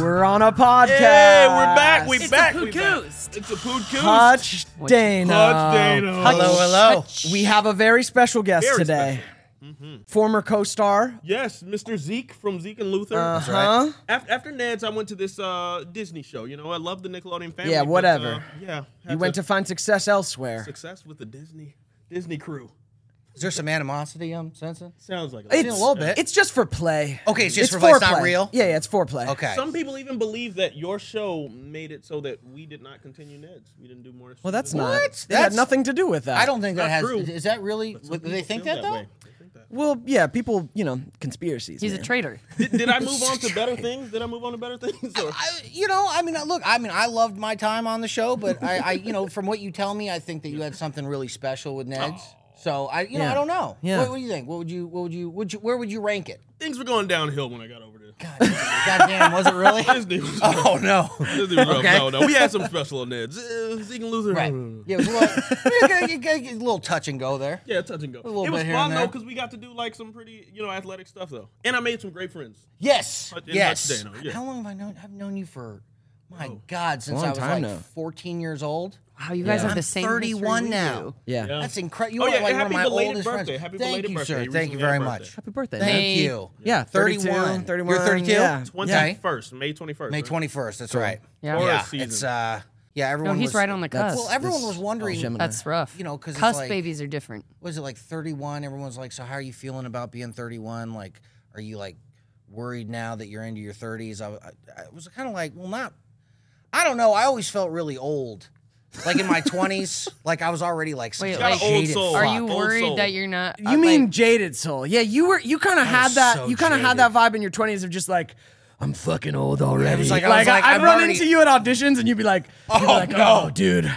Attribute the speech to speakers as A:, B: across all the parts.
A: We're on a podcast.
B: Hey, we're back. We
C: It's
B: back.
C: a
B: we back.
C: Pukus.
B: It's a poot goose.
A: Hutch Dana.
B: Hutch Dana.
D: Hello, hello. Mm-hmm.
A: We have a very special guest
B: Very
A: today. Former co-star.
B: Yes, Mr. Zeke from Zeke and Luther.
A: Uh-huh. Huh?
B: After, after Ned's, I went to this uh, Disney show. You know, I love the Nickelodeon family.
A: Yeah,
B: but, uh,
A: whatever.
B: yeah.
A: You
B: had
A: went to find success elsewhere.
B: success with the Disney Disney crew.
D: Is there some animosity um, I'm sensing?
B: Sounds like
A: It's
D: a little bit.
A: It's just for play.
D: Okay, it's just for play, it's not
A: foreplay.
D: real?
A: Yeah, yeah, it's foreplay.
D: Okay.
B: Some people even believe that your show made it so that we did not continue Ned's. We didn't do more.
A: Well, that's
B: shows.
A: not.
D: What?
A: That had
D: That's-
A: nothing to do with that.
D: I don't think that
B: Not
D: has.
B: true.
D: Is that really?
B: Some
D: Do they
B: people
D: think
B: feel
D: that though?
B: way. They think that.
A: Well, yeah, people, you know, conspiracies.
C: He's a
A: man.
C: traitor.
B: Did, did I move on to better things? Did I move on to better things? Or?
D: I, you know, I mean, look, I mean, I loved my time on the show, but I, I you know, from what you tell me, I think that you had something really special with Ned's.
B: Oh.
D: So I, you know,
A: Yeah.
D: I don't know.
A: Yeah.
D: What, what do you think? What would you? What would you? Would you? Where would you rank it?
B: Things were going downhill when I got over to
D: God, damn, was it really?
B: Disney. was-
D: oh no.
B: Disney was rough.
D: Okay.
B: No, no, we had some special Ned's. Uh, Zeke and Luther.
D: Right. Yeah, it was a little, a little touch and go there.
B: Yeah, touch and go.
D: little
B: it was
D: bit here
B: fun
D: and
B: though
D: there.
B: because we got to do like some pretty, you know, athletic stuff though, and I made some great friends.
D: Yes.
B: Touch- and
D: yes.
B: touch Dano, yeah. Oh.
D: How long have I known? I've known you for, my God, since
A: Long
D: I was
A: time
D: like
A: now.
D: 14 years old.
C: Wow, you guys
A: Yeah.
C: have
D: I'm
C: the same.
D: 31 now.
A: Yeah.
B: Yeah.
D: That's incredible. You
B: Oh,
D: are
B: yeah,
D: like one of
B: happy
D: my
B: belated
D: oldest
B: birthday,
D: friends.
B: happy
D: Thank
B: belated
D: you,
B: birthday.
D: sir.
B: You
D: Thank you
B: recently had
D: very
B: a
D: much.
B: birthday.
C: Happy birthday.
D: Thank
C: man.
D: you.
A: Yeah, 32,
D: 31.
A: 31.
D: You're 32?
A: Yeah.
B: Twenty
A: yeah.
B: first, May twenty first.
D: May 21st. That's right.
C: Yeah.
B: Or a
D: Yeah.
B: season.
D: It's uh. Yeah.
C: No,
D: Everyone.
C: he's
D: was,
C: right on the
A: that's-
C: cusp.
D: Well, everyone
A: This-
D: was wondering.
A: Gemini.
C: That's rough.
D: You know, 'cause it's
C: cusp
D: like-
C: babies are different.
D: was it like 31? Everyone's like, so how are you feeling about being 31? Like, are you like worried now that you're into your 30s? I, I, I was kind of like, well, not. I don't know. I always felt really old. Like in my 20s, like I was already like, such
C: Wait,
D: a
C: like-
B: Old
D: jaded
B: soul.
C: Are
D: fuck.
C: you
B: old soul.
C: worried that you're not?
A: You mean jaded soul? Yeah, you were. You kind of had
D: was
A: that.
D: so
A: you kind of had that vibe in your twenties of just like, I'm fucking old already.
D: was
A: like,
D: like- I was like,
A: I, would
D: I'm
A: run
D: already-
A: into you at auditions, and you'd be like, you'd be like, oh, dude,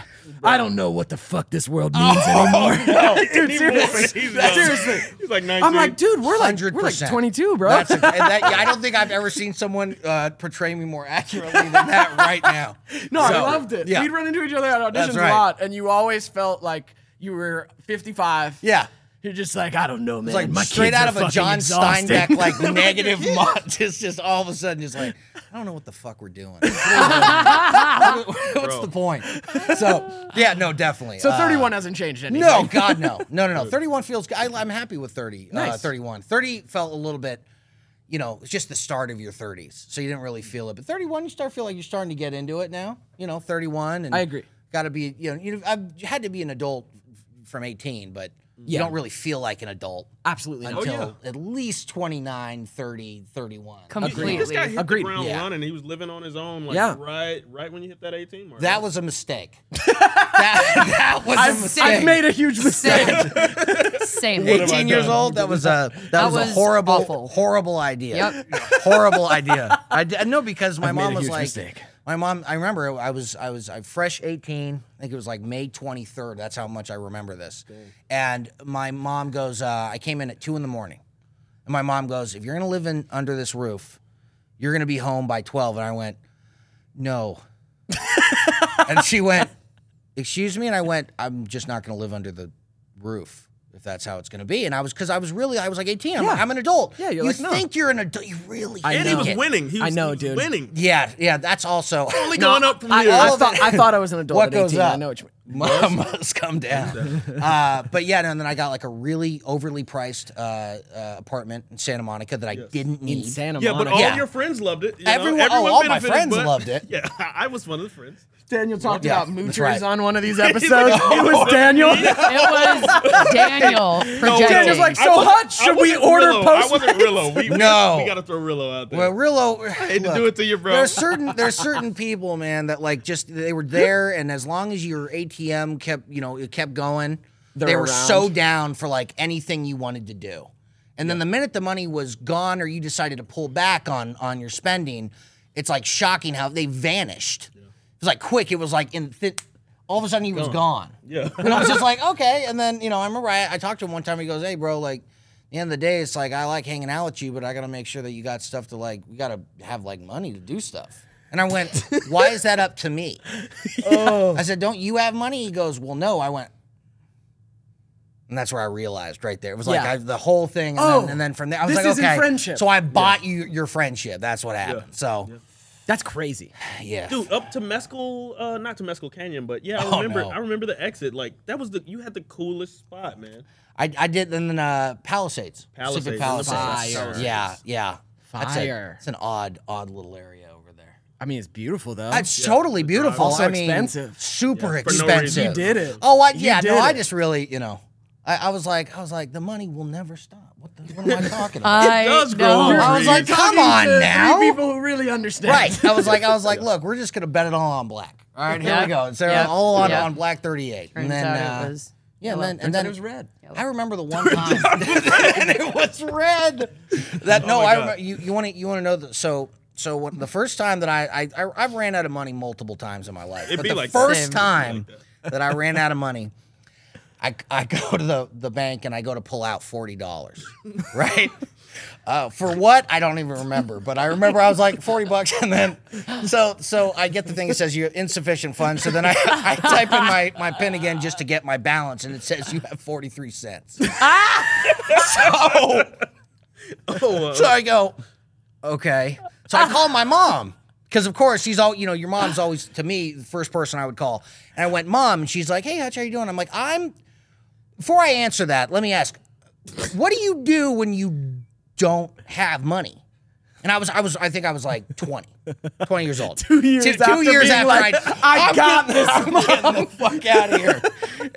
A: I don't know what the fuck this world
D: Oh,
A: means anymore. dude,
B: He wore it.
A: seriously.
B: He's, uh,
A: seriously.
B: He's like nineteen.
A: I'm like, dude, we're like, we're like
D: 100%.
A: 22, bro.
D: That's a, and that, yeah, I don't think I've ever seen someone uh, portray me more accurately than that right now.
A: no, I
D: So,
A: loved it.
D: Yeah,
A: We'd run into each other at
D: That's
A: auditions
D: right.
A: a lot, and you always felt like you were 55.
D: yeah.
A: You're just like, I don't know, man.
D: It's like
A: My
D: straight
A: kids
D: out
A: are
D: of a
A: fucking
D: John
A: exhausting.
D: Steinbeck like negative mod. Just, just all of a sudden, just like I don't know what the fuck we're doing. What's the point? So yeah, no, definitely.
A: So
D: Uh,
A: 31 hasn't changed anything.
D: no, God, no, no, no, no. Thirty-one feels. good. I, I'm happy with thirty. Uh,
A: Nice.
D: Thirty-one. Thirty felt a little bit. You know, it's just the start of your thirties, so you didn't really feel it. But thirty-one, you start feel like you're starting to get into it now. You know, thirty-one, and
A: I agree.
D: Got to be. You know, you I've had to be an adult from eighteen, but you
A: Yeah.
D: don't really feel like an adult
A: absolutely not. Oh,
D: until at least 29, 30, 31.
B: He just got
C: Completely.
B: hit
A: Agreed.
B: the ground
D: Yeah.
B: running. He was living on his own. Like
A: Yeah.
B: right, right when you hit that eighteen mark.
D: That was a mistake. that, that was a
A: I've,
D: mistake.
A: I've made a huge mistake.
C: Same.
B: have I
D: 18 years
B: done?
D: old. That was
A: uh,
D: a that, was,
C: was
D: a horrible,
C: awful.
D: horrible idea.
C: Yep.
D: horrible idea. I d- no because my
A: I've made
D: mom
A: a
D: was
A: huge
D: like,
A: mistake.
D: my mom. I remember I was I was I fresh 18. I think it was like May 23rd. That's how much I remember this. And my mom goes, uh, I came in at two in the morning, and my mom goes, if you're gonna live in under this roof, you're gonna be home by 12. And I went, no. and she went, excuse me and i went i'm just not going to live under the roof if that's how it's going to be and i was because i was really i was like 18 i'm, like, I'm an adult
A: Yeah, you're
D: you
A: like, no.
D: think you're an adult you really
A: I
B: and he
A: know.
B: was
A: Yeah.
B: winning. He
A: I
B: was,
A: know,
B: he was
A: dude.
B: Winning.
D: yeah yeah that's also
B: Only going up from
A: I,
B: here.
A: I
D: All of
A: thought,
D: it-
A: I thought I was an adult
D: What
A: at
D: goes
A: 18. I
D: up?
A: know what you mean.
D: Must, must come down. Uh, but yeah, no, and then I got like a really overly priced uh, uh, apartment in Santa Monica that I didn't
A: in
D: need.
A: Santa
B: Yeah,
A: Monica.
B: but all
D: Yeah.
B: your friends loved it. you
D: Everyone-
B: know?
D: oh, all my
B: benefited,
D: friends
B: but-
D: loved it.
B: Yeah, I was one of the friends.
A: Daniel talked
D: Yeah,
A: about
D: that's
A: moochers
D: right.
A: on one of these episodes. it was Daniel.
C: It was Daniel projecting.
A: Daniel's like,
B: I
A: so
B: wasn't-
A: hot,
B: I
A: should we
B: wasn't
A: order
B: Rillo. I
A: post?
B: wasn't Rillo. We, we-
D: No.
B: we gotta throw Rillo out there.
D: Well, Rillo, hate
B: to do it to you, bro.
D: There's certain there's certain people, man, that like just they were there, and as long as your ATM kept you know it kept going,
A: They're
D: they were so
A: around.
D: down for like anything you wanted to do. And then the minute the money was gone, or you decided to pull back on on your spending, it's like shocking how they vanished. It was like quick. It was like in th- all of a sudden he was gone.
B: yeah.
D: And I was just like, okay. And then, you know, I remember I, I talked to him one time. He goes, hey, bro, like, at the end of the day, it's like, I like hanging out with you, but I got to make sure that you got stuff to, like, we got to have, like, money to do stuff. And I went, why is that up to me?
A: Oh.
D: I said, don't you have money? He goes, well, no. I went, and that's where I realized right there. It was like
A: Yeah.
D: I, the whole thing. And,
A: Oh,
D: then, and then from there, I was
A: this
D: like,
A: isn't
D: okay.
A: friendship.
D: So I bought you your friendship. That's what happened. So,
A: That's crazy.
D: yeah.
B: Dude, up to Mescal, uh, not to Mescal Canyon, but yeah, I
D: Oh,
B: remember.
D: no.
B: I remember the exit. Like that was the you had the coolest spot, man.
D: I, I did and then uh, Palisades. Pacific
B: Palisades.
D: Palisades.
B: Fire.
D: Yeah, yeah. That's a,
A: Fire.
D: it's an odd, odd little area over there.
A: I mean, it's beautiful though.
D: It's totally
A: Oh,
D: beautiful.
A: Also
D: I mean,
A: expensive.
D: Super
B: Yeah, for no reason.
D: expensive.
B: You
A: did it.
D: Oh, I,
A: You
D: yeah. No,
A: did
D: I
A: it.
D: just really, you know, I, I was like, I was like, the money will never stop. What, the, what am I talking about?
C: I
B: does grow
C: know.
B: on
D: I was like,
A: You're
D: come
A: talking to three
D: on now.
A: people who really understand.
D: Right. I was like, I was like, look, we're just gonna bet it all on black. All right, here
C: Yeah.
D: we go. It's
C: Yeah.
D: all on,
C: Yeah.
D: on black thirty-eight,
C: Turns
D: and then
C: out
D: uh,
C: it was.
D: yeah, and then,
A: Turns out
D: and then
A: it was red.
D: I remember the one time, and it was red. That no, I remember. You, you want to you want to know that? So so when, the first time that I I I I've ran out of money multiple times in my life.
B: It'd
D: but
B: be
D: the
B: like that.
D: first
B: Same.
D: time that. I ran out of money. I, I go to the, the bank and I go to pull out forty dollars, right? Uh, for what I don't even remember, but I remember I was like forty bucks, and then so so I get the thing that says you have insufficient funds. So then I, I type in my, my pin again just to get my balance, and it says you have forty three cents. so
B: Oh, uh,
D: so I go, okay. So I call my mom because, of course, she's all you know. Your mom's always to me the first person I would call. And I went, mom, and she's like, hey, Hutch, how you doing? I'm like, I'm. Before I answer that, let me ask, what do you do when you don't have money? And I was, I was, I think I was like 20, 20 years old. two
A: years
D: two
A: after
D: years
A: being
D: after
A: like,
D: I'd-
A: "I
D: I'm
A: got
D: getting- I'm getting the fuck out of here.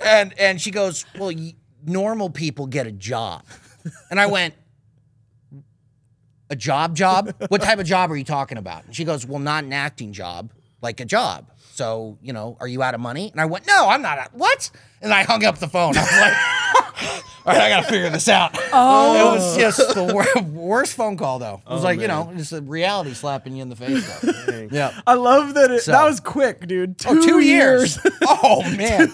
D: And and she goes, well, y- normal people get a job. And I went, a job job what type of job are you talking about and she goes well not an acting job like a job so you know are you out of money and i went no i'm not out what and i hung up the phone i was like all right i gotta figure this out oh it was just the wor- worst phone call though
A: Oh,
D: it was like you know just a reality slapping you in the face though yeah
A: I love that. It,
D: So-
A: that was quick, dude. Two,
D: Oh, two years. oh man it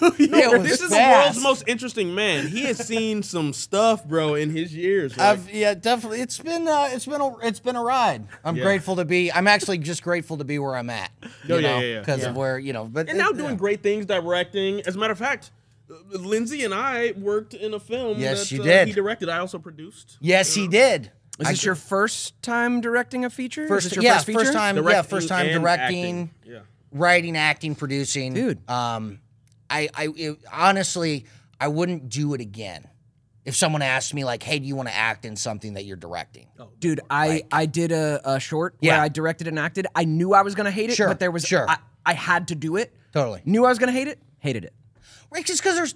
D: was
B: this is the
D: fast.
B: world's most interesting man. He has seen some stuff, bro, in his years. Like,
D: I've, yeah, definitely. It's been uh, it's been a, it's been a ride. I'm
B: Yeah.
D: grateful to be. I'm actually just grateful to be where I'm at. You
B: Oh, yeah,
D: know,
B: yeah, yeah.
D: Because of
B: Yeah.
D: where you know. But
B: and now doing great things, directing. As a matter of fact, uh, Lindsay and I worked in a film.
D: Yes,
B: that,
D: you
B: uh,
D: did.
B: He directed. I also produced.
D: Yes, he did.
A: Is this your first time directing a feature?
D: First,
A: is this your
D: yeah,
A: first feature?
D: time. yeah,
B: Directing
D: first time
B: and
D: directing,
B: acting. Yeah.
D: writing, acting, producing.
A: Dude.
D: um, I, I it- honestly, I wouldn't do it again. If someone asked me, like, "Hey, do you want to act in something that you're directing?"
A: Dude, I, I did a, a short
D: Yeah.
A: where I directed and acted. I knew I was gonna hate it,
D: Sure,
A: but there was
D: sure.
A: I, I had to do it.
D: Totally.
A: Knew I was gonna hate it, hated it.
D: Right? Just because there's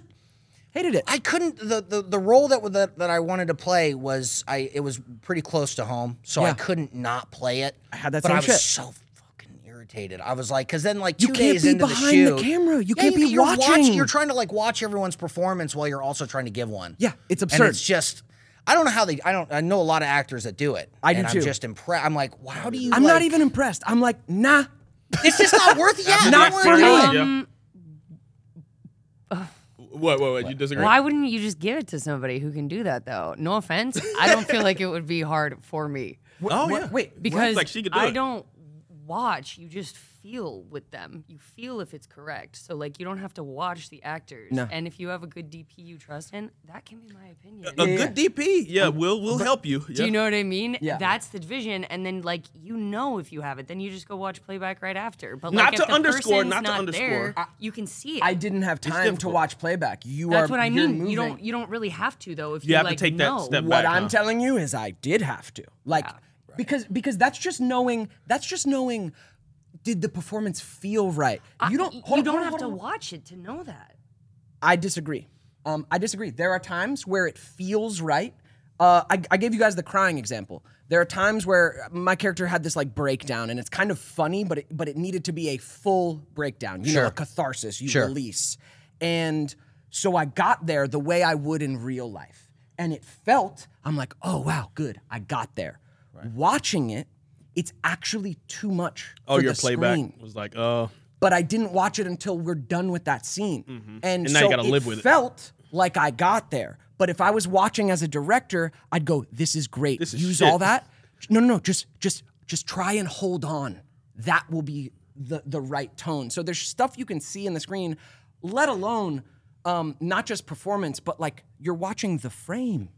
A: Hated it.
D: I couldn't the, the, the role that, that that I wanted to play was I it was pretty close to home, so I
A: Yeah.
D: couldn't not play it. I
A: had that
D: but
A: same
D: I was
A: shit.
D: so fucking irritated. I was like, because then like two
A: You can't
D: days
A: be
D: into
A: behind the
D: shoot,
A: camera. You
D: Yeah,
A: can't be
D: you're
A: watching.
D: You're trying to like watch everyone's performance while you're also trying to give one.
A: Yeah, it's
D: And
A: absurd.
D: it's just. I don't know how they. I don't. I know a lot of actors that do it.
A: I do
D: and I'm
A: too.
D: just impressed. I'm like, wow, how do you?
A: I'm
D: like-
A: not even impressed. I'm like, nah.
D: It's just not worth it. Yeah,
A: Not
D: we're
A: for
D: doing
A: me.
D: it.
C: Um,
B: yeah. What? What? What? You disagree?
C: Why wouldn't you just give it to somebody who can do that though? No offense, I don't feel like it would be hard for me
A: Oh yeah. Wait,
C: because
B: like she could do
C: I
B: it.
C: don't watch, you just feel with them. You feel if it's correct. So like you don't have to watch the actors.
A: No.
C: And if you have a good DP you trust in, that can be my opinion.
B: A good DP, yeah, we'll we'll help you.
C: Do
B: Uh, Yeah.
C: you know what I mean?
A: Yeah.
C: That's the division. And then like you know if you have it, then you just go watch playback right after. But
B: Not
C: like,
B: to
C: if the
B: underscore,
C: person's
B: not to underscore.
C: there, you can see it.
A: I didn't have time to
B: difficult.
A: watch playback. You are.
C: That's what I
A: you're
C: mean. You
A: moving.
C: don't you don't really have to though if
B: You
C: you
B: have to
C: like
B: take that
C: know.
B: step
A: what
B: back,
A: I'm
B: huh?
A: telling you is I did have to. Like because because that's just knowing that's just knowing did the performance feel right? You don't
C: you
A: hold on,
C: don't
A: hold on,
C: have
A: hold
C: to
A: on.
C: watch it to know that.
A: I disagree. Um, I disagree. There are times where it feels right. Uh, I, I gave you guys the crying example. There are times where my character had this like breakdown, and it's kind of funny, but it, but it needed to be a full breakdown. You know, a catharsis. You release, and so I got there the way I would in real life, and it felt. I'm like, oh wow, good. I got there. Watching it, it's actually too much.
B: Oh,
A: for
B: your
A: the
B: playback
A: screen
B: was like, oh,
A: but I didn't watch it until we're done with that scene. And,
B: Mm-hmm. now
A: so
B: you gotta
A: it
B: live with it.
A: felt like I got there. But if I was watching as a director, I'd go, "This is great.
B: This is
A: Use
B: shit."
A: all that." No, no, no. Just, just, just try and hold on. That will be the the right tone. So there's stuff you can see in the screen, let alone um, not just performance, but like you're watching the frame,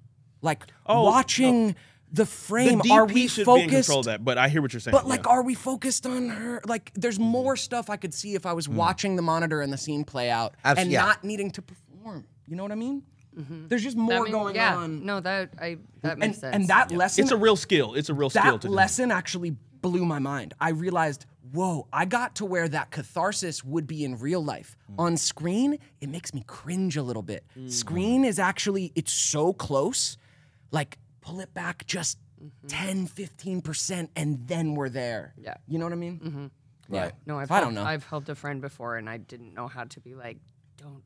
A: like watching. The frame.
B: Oh, the DP
A: Are we
B: should be in
A: focused?
B: control of that. But I hear what you're saying.
A: But like,
B: yeah.
A: are we focused on her? Like, there's more stuff I could see if I was
B: Mm.
A: watching the monitor and the scene play out,
D: Abs-
A: and
D: yeah.
A: not needing to perform. You know what I mean? There's just
C: Mm-hmm. That
A: more
C: mean-
A: going
C: yeah.
A: on,
C: No, that I that
A: and
C: makes sense.
A: and that lesson,
B: it's a real skill. It's a real skill
A: that
B: to
A: lesson actually blew my mind. I realized, whoa, I got to where that catharsis would be in real life.
C: Mm.
A: On screen, it makes me cringe a little bit. Screen is actually, it's so close. Like, pull it back just 10, 15%, and then we're there.
C: Mm-hmm. Yeah.
A: You know what I mean? Mm-hmm. Right.
C: No, I've
A: I
C: helped,
A: don't know.
C: I've helped a friend before, and I didn't know how to be like, don't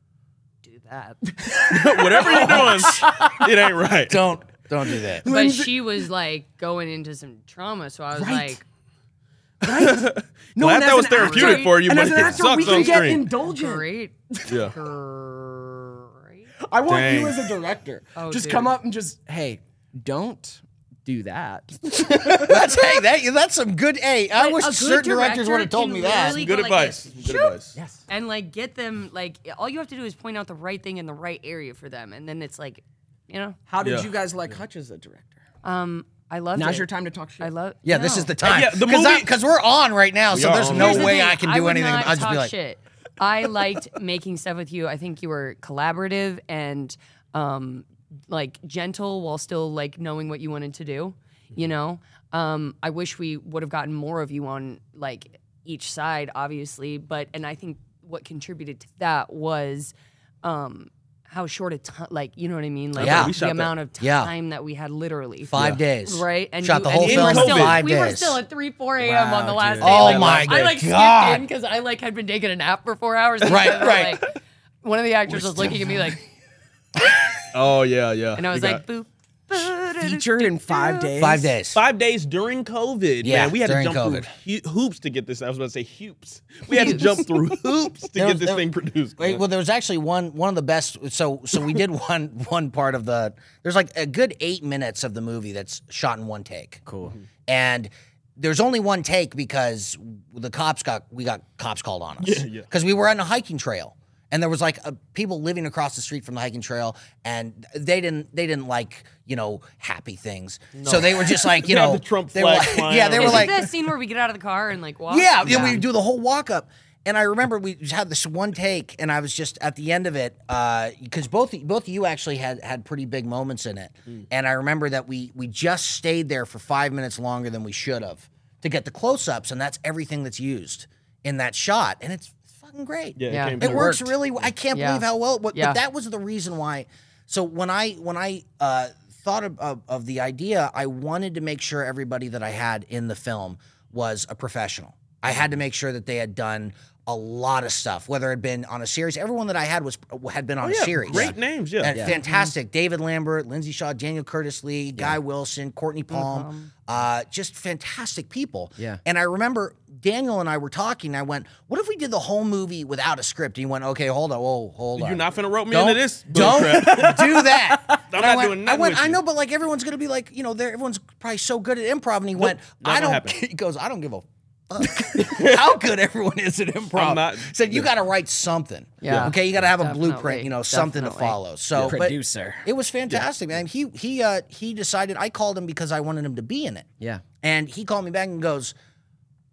C: do that.
B: do. Whatever you're doing, it ain't right.
D: Don't don't do that.
C: but she was like going into some trauma, so I was
A: Right.
C: like,
A: No,
B: Glad
A: and
B: that
A: as
B: was
A: an actor-
B: therapeutic for you,
A: and
B: but
A: as an
B: it
A: actor,
B: sucks
A: we can
B: on
A: get
B: screen.
A: indulgent.
C: great,
B: Yeah.
C: great.
A: I want you
B: Dang.
A: as a director.
C: Oh,
A: just
C: dude.
A: come up and just, hey, don't do that.
D: That's hey, that, that's some good. Hey, I
C: But
D: wish
C: a good
D: certain directors
C: director
D: would have told
C: can
D: me that.
C: literally-
B: Good
C: Like
B: advice.
C: this.
B: Good advice.
C: And like get them like all you have to do is point out the right thing in the right area for them, and then it's like, you know,
A: How did
B: Yeah.
A: you guys like Hutch as a director?
C: um, I love.
A: Now's your time to talk shit.
C: I love.
D: Yeah, this
C: no.
D: is the time.
B: yeah, the
D: Cause
B: movie-
D: I'm- Cause we're on right now, so
B: are
D: there's
B: on.
D: no
C: Um, Here's the
D: way
C: thing,
D: I can do
C: would
D: anything.
C: not
D: I'll just be
C: talk
D: like,
C: shit. I liked making stuff with you. I think you were collaborative and um, like gentle while still like knowing what you wanted to do.
D: Mm-hmm.
C: You know, um, I wish we would have gotten more of you on like each side, obviously. But and I think what contributed to that was um, how short a time, like you know what I mean, like
D: Yeah. We
C: the
B: shot
C: amount of
D: Yeah.
C: time that we had, literally
D: five days.
C: right?
D: shot
C: you-
D: the whole
C: we
D: film
C: were
D: in
C: still,
D: five
C: we
D: days.
C: were still at 3, 4 a.m. on the last
A: dude.
C: day.
D: Oh
C: like,
D: my
C: I like
D: God.
C: skipped in because I like had been taking a nap for four hours. and
D: Right,
C: I was
D: right.
C: like- one of the actors was looking at me like,
B: Oh yeah, yeah.
C: and I was
B: You got-
C: like, boop. boop,
A: Featured in five days.
D: Five days.
B: Five days during COVID,
D: Yeah,
B: man, we had to
D: during
B: jump through hu- hoops to get this. I was about to say hoops. We had to jump through hoops to
D: There
B: get
D: was-
B: this
D: there-
B: thing produced.
D: Wait,
B: man.
D: well, there was actually one one of the best. So so we did one one part of the. There's like a good eight minutes of the movie that's shot in one take. Cool.
B: Mm-hmm.
D: And there's only one take because the cops got we got cops called on us. Yeah,
B: yeah.
D: Because we were on a hiking trail. And there was like a, people living across the street from the hiking trail, and they didn't they didn't like you know happy things. So they were just like you
B: They had
D: know
B: the Trump
D: they were
B: flag
D: like-
B: flying
D: yeah they
B: around.
D: were
C: Is
D: like
C: like, that scene where we get out of the car and like walk?
D: yeah, yeah, we do the whole walk up. And I remember we just had this one take, and I was just at the end of it because both both of you actually had had pretty big moments in it. And I remember that we we just stayed there for five minutes longer than we should have to get the close ups, and that's everything that's used in that shot, and it's fucking great.
B: yeah,
C: yeah.
B: It, came
D: It
B: through.
D: works really. well. I can't
C: Yeah.
D: believe how well. But,
C: Yeah.
D: but that was the reason why. So when I when I uh, thought of, of, of the idea, I wanted to make sure everybody that I had in the film was a professional. I had to make sure that they had done a lot of stuff, whether it had been on a series. Everyone that I had was had been on
B: Oh, yeah,
D: a series.
B: great names, yeah.
D: And fantastic. David Lambert, Lindsay Shaw, Daniel Curtis Lee, Guy Wilson, Courtney Palm, uh, just fantastic people.
A: Yeah.
D: And I remember Daniel and I were talking. I went, "What if we did the whole movie without a script?" And he went, "Okay, hold on, whoa, hold on."
B: You're not finna rope me
D: don't,
B: into this.
D: Don't
B: bullcrap.
D: do that. And I
B: not
D: went,
B: doing
D: I
B: nothing
D: went,
B: with
D: I
B: you."
D: know, but like everyone's gonna be like, you know, they're, everyone's probably so good at improv. And he went,
B: not
D: I
B: gonna
D: don't.
B: happen.
D: He goes, I don't give a fuck how good everyone is at improv.
B: I'm not-
D: Said you got to write something.
C: Yeah.
D: Okay, you got to have a
C: Definitely,
D: blueprint. You know, something
C: definitely.
D: to follow. So but
A: Producer.
D: it was fantastic, man. He he uh, he decided. I called him because I wanted him to be in it.
A: Yeah.
D: And he called me back and goes,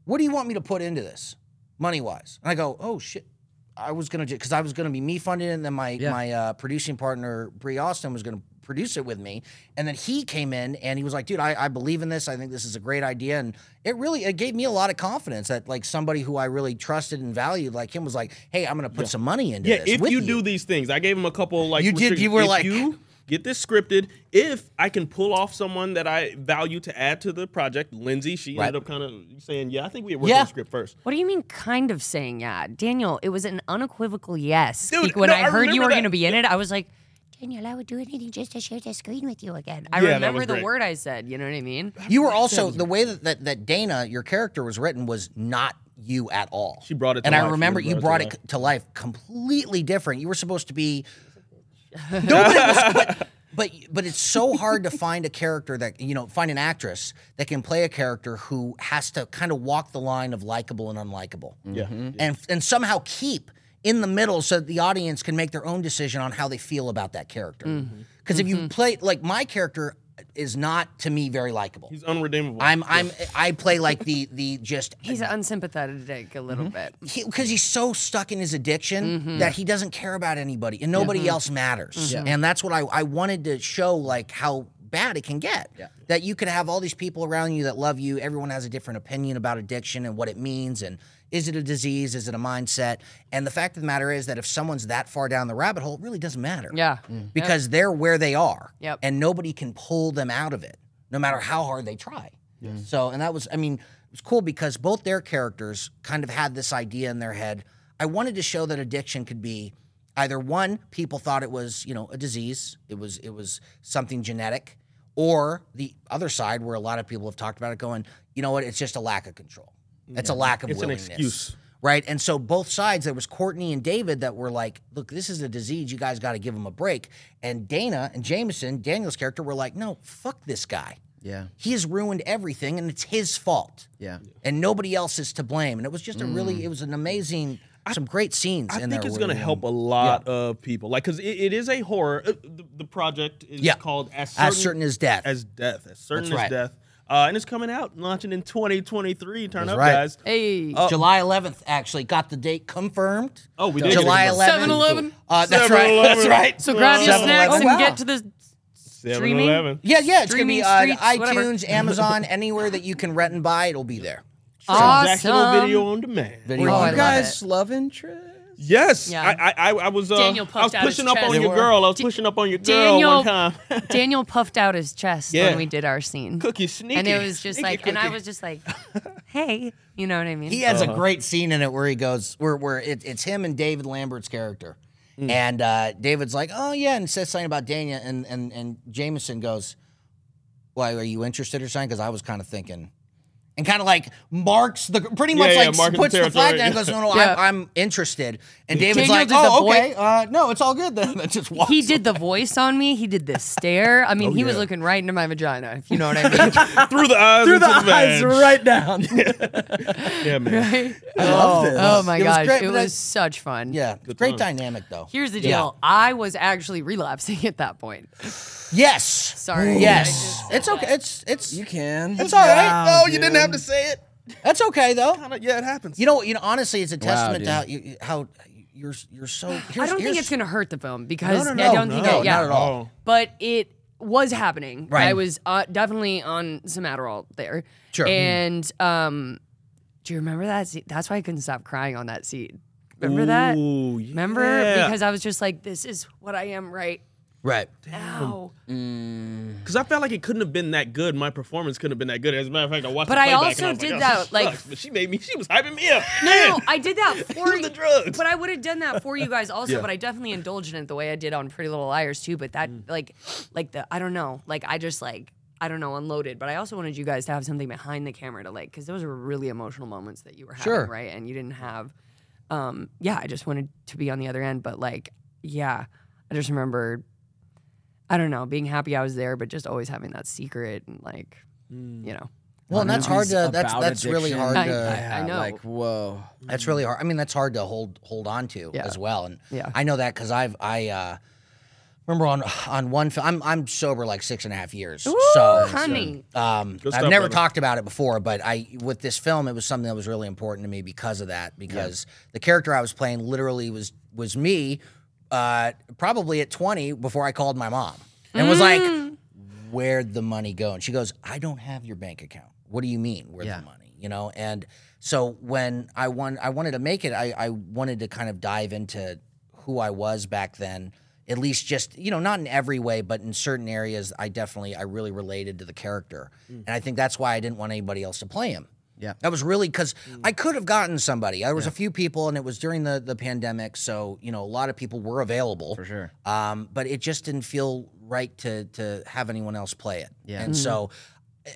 D: What do you want me to put into this money wise? And I go, Oh shit. I was gonna because I was gonna be me funded, and then my my uh, producing partner Bree Austin was gonna produce it with me, and then he came in and he was like, "Dude, I, I believe in this. I think this is a great idea," and it really it gave me a lot of confidence that like somebody who I really trusted and valued like him was like, "Hey, I'm gonna put some money into
B: Yeah,
D: this."
B: if
D: with
B: you, do these things, I gave him a couple like
D: You did-
B: restrictions.
D: you were
B: If
D: like-
B: you get this scripted. If I can pull off someone that I value to add to the project, Lindsay, she ended up kind of saying, "Yeah, I think we worked
D: Yeah.
B: on the script first.
C: What do you mean, kind of saying yeah, Daniel? It was an unequivocal yes.
B: Dude,
C: Like, when
B: no,
C: I
B: I
C: heard you
B: remember
C: were
B: that.
C: going to be in it, I was like, Daniel, I would do anything just to share the screen with you again. I
B: Yeah, that
C: remember
B: was
C: the
B: great.
C: word I said. You know what I mean?
D: you were also the way that, that that Dana, your character, was written was not you at all.
B: She brought it to
D: and
B: life.
D: I
B: She
D: remember
B: really
D: you
B: brought
D: brought
B: it
D: it
B: to
D: c- to life completely different. You were supposed to be. no, but, it was, but but but it's so hard to find a character that you know find an actress that can play a character who has to kind of walk the line of likable and unlikable.
B: Mm-hmm. Yeah,
D: And, and somehow keep in the middle so that the audience can make their own decision on how they feel about that character. Because if you play, like, my character is not to me very likable.
B: he's unredeemable.
D: I'm I'm I play like the the just
C: He's unsympathetic a little bit.
B: Mm-hmm.
D: because he's so stuck in his addiction
C: Mm-hmm.
D: that he doesn't care about anybody and nobody else matters. And that's what I I wanted to show like how bad it can get. That you could have all these people around you that love you. Everyone has a different opinion about addiction and what it means and is it a disease? Is it a mindset? And the fact of the matter is that if someone's that far down the rabbit hole, it really doesn't matter
C: Yeah.
B: Mm.
D: Mm-hmm. because they're where they are
C: Yep.
D: and nobody can pull them out of it no matter how hard they try so and that was i mean it was cool because both their characters kind of had this idea in their head i wanted to show that addiction could be either one people thought it was you know a disease it was it was something genetic or the other side where a lot of people have talked about it going you know what it's just a lack of control it's a lack of
B: It's an
D: willingness
B: excuse.
D: right? And so both sides, there was Courtney and David that were like, look, this is a disease. You guys got to give him a break. And Dana and Jameson, Daniel's character, were like, no, fuck this guy.
A: Yeah.
D: He has ruined everything and it's his fault.
A: Yeah.
D: And nobody else is to blame. And it was just a really, it was an amazing, some great scenes
B: I
D: in there.
B: think it's
D: where
B: going to
D: we-
B: help a lot of people, like because it, it is a horror. uh, The, the project is
D: Yeah.
B: called as certain,
D: As certain as death.
B: as death, as certain
D: That's right.
B: as death, uh, and it's coming out launching in 2023. Turn up,
D: right.
B: guys.
C: Hey.
D: July 11th, actually, got the date confirmed.
B: Oh, we did get it
D: July
B: confirmed.
D: 11th.
C: 7-Eleven?
D: Uh, that's
B: 7-Eleven.
D: right. That's right.
C: so grab your
D: 7-Eleven.
C: snacks and
A: Wow.
C: get to the. Streaming?
B: 7-Eleven.
D: Yeah, yeah, it's
C: Streaming
D: gonna be on
C: streets, whatever.
D: iTunes, Amazon, anywhere that you can rent and buy, it'll be there.
B: Transactional
C: Awesome.
B: video on demand.
D: Video
C: Oh,
A: you
D: on
C: I love
D: demand.
A: guys love interest?
B: Yes,
C: Yeah.
B: I, I, I- I was. Uh, I
C: Daniel
B: was
C: puffed out his
B: pushing up
C: chest.
B: on
C: They
B: your
C: were.
B: girl. I was pushing up on your girl
C: Daniel,
B: one time.
C: Daniel puffed out his chest
B: Yeah.
C: when we did our scene.
B: Cookie sneaky.
C: And it was just like, and I was just like, hey, you know what I mean?
D: He has
B: Uh-huh.
D: a great scene in it where he goes, where where it, it's him and David Lambert's character,
B: Hmm.
D: and uh, David's like, oh yeah, and says something about Dania, and and and Jameson goes, why are you interested or something? Because I was kind of thinking. And kind of like marks the pretty much
B: yeah,
D: like
B: marking
D: puts the
B: territory.
D: flag down and goes, No, no,
C: Yeah.
D: I'm, I'm interested. And David's
C: Daniel
D: like,
C: did the
D: Oh,
C: voice-
D: okay. Uh, no, it's all good then. just walks
C: He did the voice on me. He did the stare. I
D: Oh,
C: mean, he was looking right into my vagina, if you know what I mean.
B: through the eyes.
A: Through
B: into
A: the eyes
B: van.
A: right down.
B: Yeah, man.
A: I love this.
C: oh my
D: It was
C: gosh.
D: great,
C: it
D: but I-
C: was such fun.
D: Yeah, great dynamic though.
C: Here's the deal. I was actually relapsing at that point.
D: Yes.
C: Sorry.
D: Yes. It's okay. It's it's
A: You can.
D: it's all right.
A: Wow,
D: oh, you didn't have to say it. That's okay though.
B: Yeah, it happens.
D: You know. You know. Honestly, it's a testament
A: dude.
D: to how, you- you, how you're you're so.
C: I
D: here's-
C: don't think
D: here's-
C: it's going to hurt the film because
D: no,
C: I
D: no,
C: don't think
D: no,
C: that, yeah.
D: not at all.
C: But it was happening.
D: Right.
C: I was uh, definitely on some Adderall there.
B: Mm-hmm.
D: Sure.
C: And um, do you remember that? Scene? That's why I couldn't stop crying on that scene. Remember that?
B: Ooh, yeah.
C: Remember? Because I was just like, this is what I am right
D: Right.
C: now.
B: Because I felt like it couldn't have been that good. My performance couldn't have been that good. As a matter of fact, I watched.
C: But
B: the
C: I
B: playback and
C: also
B: was
C: did
B: oh,
C: that,
B: this
C: like-
B: sucks. But she made me. She was hyping me up.
C: No,
B: Man.
C: I did that for
B: the drugs.
C: But I would have done that for you guys also.
B: Yeah.
C: But I definitely indulged in it the way I did on Pretty Little Liars too. But that, like, like the I don't know, like I just like I don't know, unloaded. But I also wanted you guys to have something behind the camera to like, because those were really emotional moments that you were having,
D: Sure.
C: right? And you didn't have. Um, yeah, I just wanted to be on the other end, but like, yeah, I just remember, I don't know, being happy I was there, but just always having that secret and like, you know,
D: Well, and that's hard
A: movies
D: to. That's
A: about
D: that's really
A: addiction.
D: hard
C: I-
D: to.
C: I know.
A: Like whoa.
D: That's really hard. I mean, that's hard to hold hold on to
C: Yeah.
D: as well. And
C: Yeah.
D: I know that because I've I uh, remember on on one film. I'm I'm sober like six and a half years. so
C: honey.
D: Um, I've
B: Good stuff,
D: never
B: brother.
D: talked about it before, but I with this film, it was something that was really important to me because of that. Because the character I was playing literally was was me, uh, probably at 20 before I called my mom and was like, "Where'd the money go?" And she goes, "I don't have your bank account. What do you mean? Where'd the money?" You know. And so when I won, I wanted to make it. I, I wanted to kind of dive into who I was back then. At least just, you know, not in every way, but in certain areas I definitely I really related to the character. And I think that's why I didn't want anybody else to play him.
A: Yeah.
D: That was really cuz I could have gotten somebody. There was a few people and it was during the the pandemic, so, you know, a lot of people were available. For
A: sure.
D: Um, but it just didn't feel right to to have anyone else play it. Yeah. And so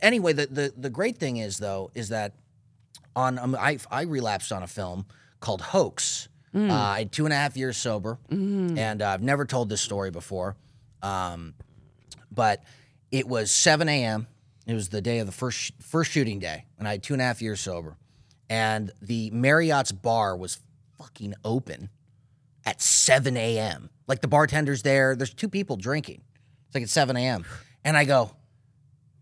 D: anyway, the the the great thing is though is that on um, I, I relapsed on a film called Hoax. Uh, I had two and a half years sober, and uh, I've never told this story before. Um, but it was 7 a.m. It was the day of the first first shooting day, and I had two and a half years sober. And the Marriott's bar was fucking open at 7 a.m. Like the bartender's there. There's two people drinking. It's like at 7 a.m. And I go,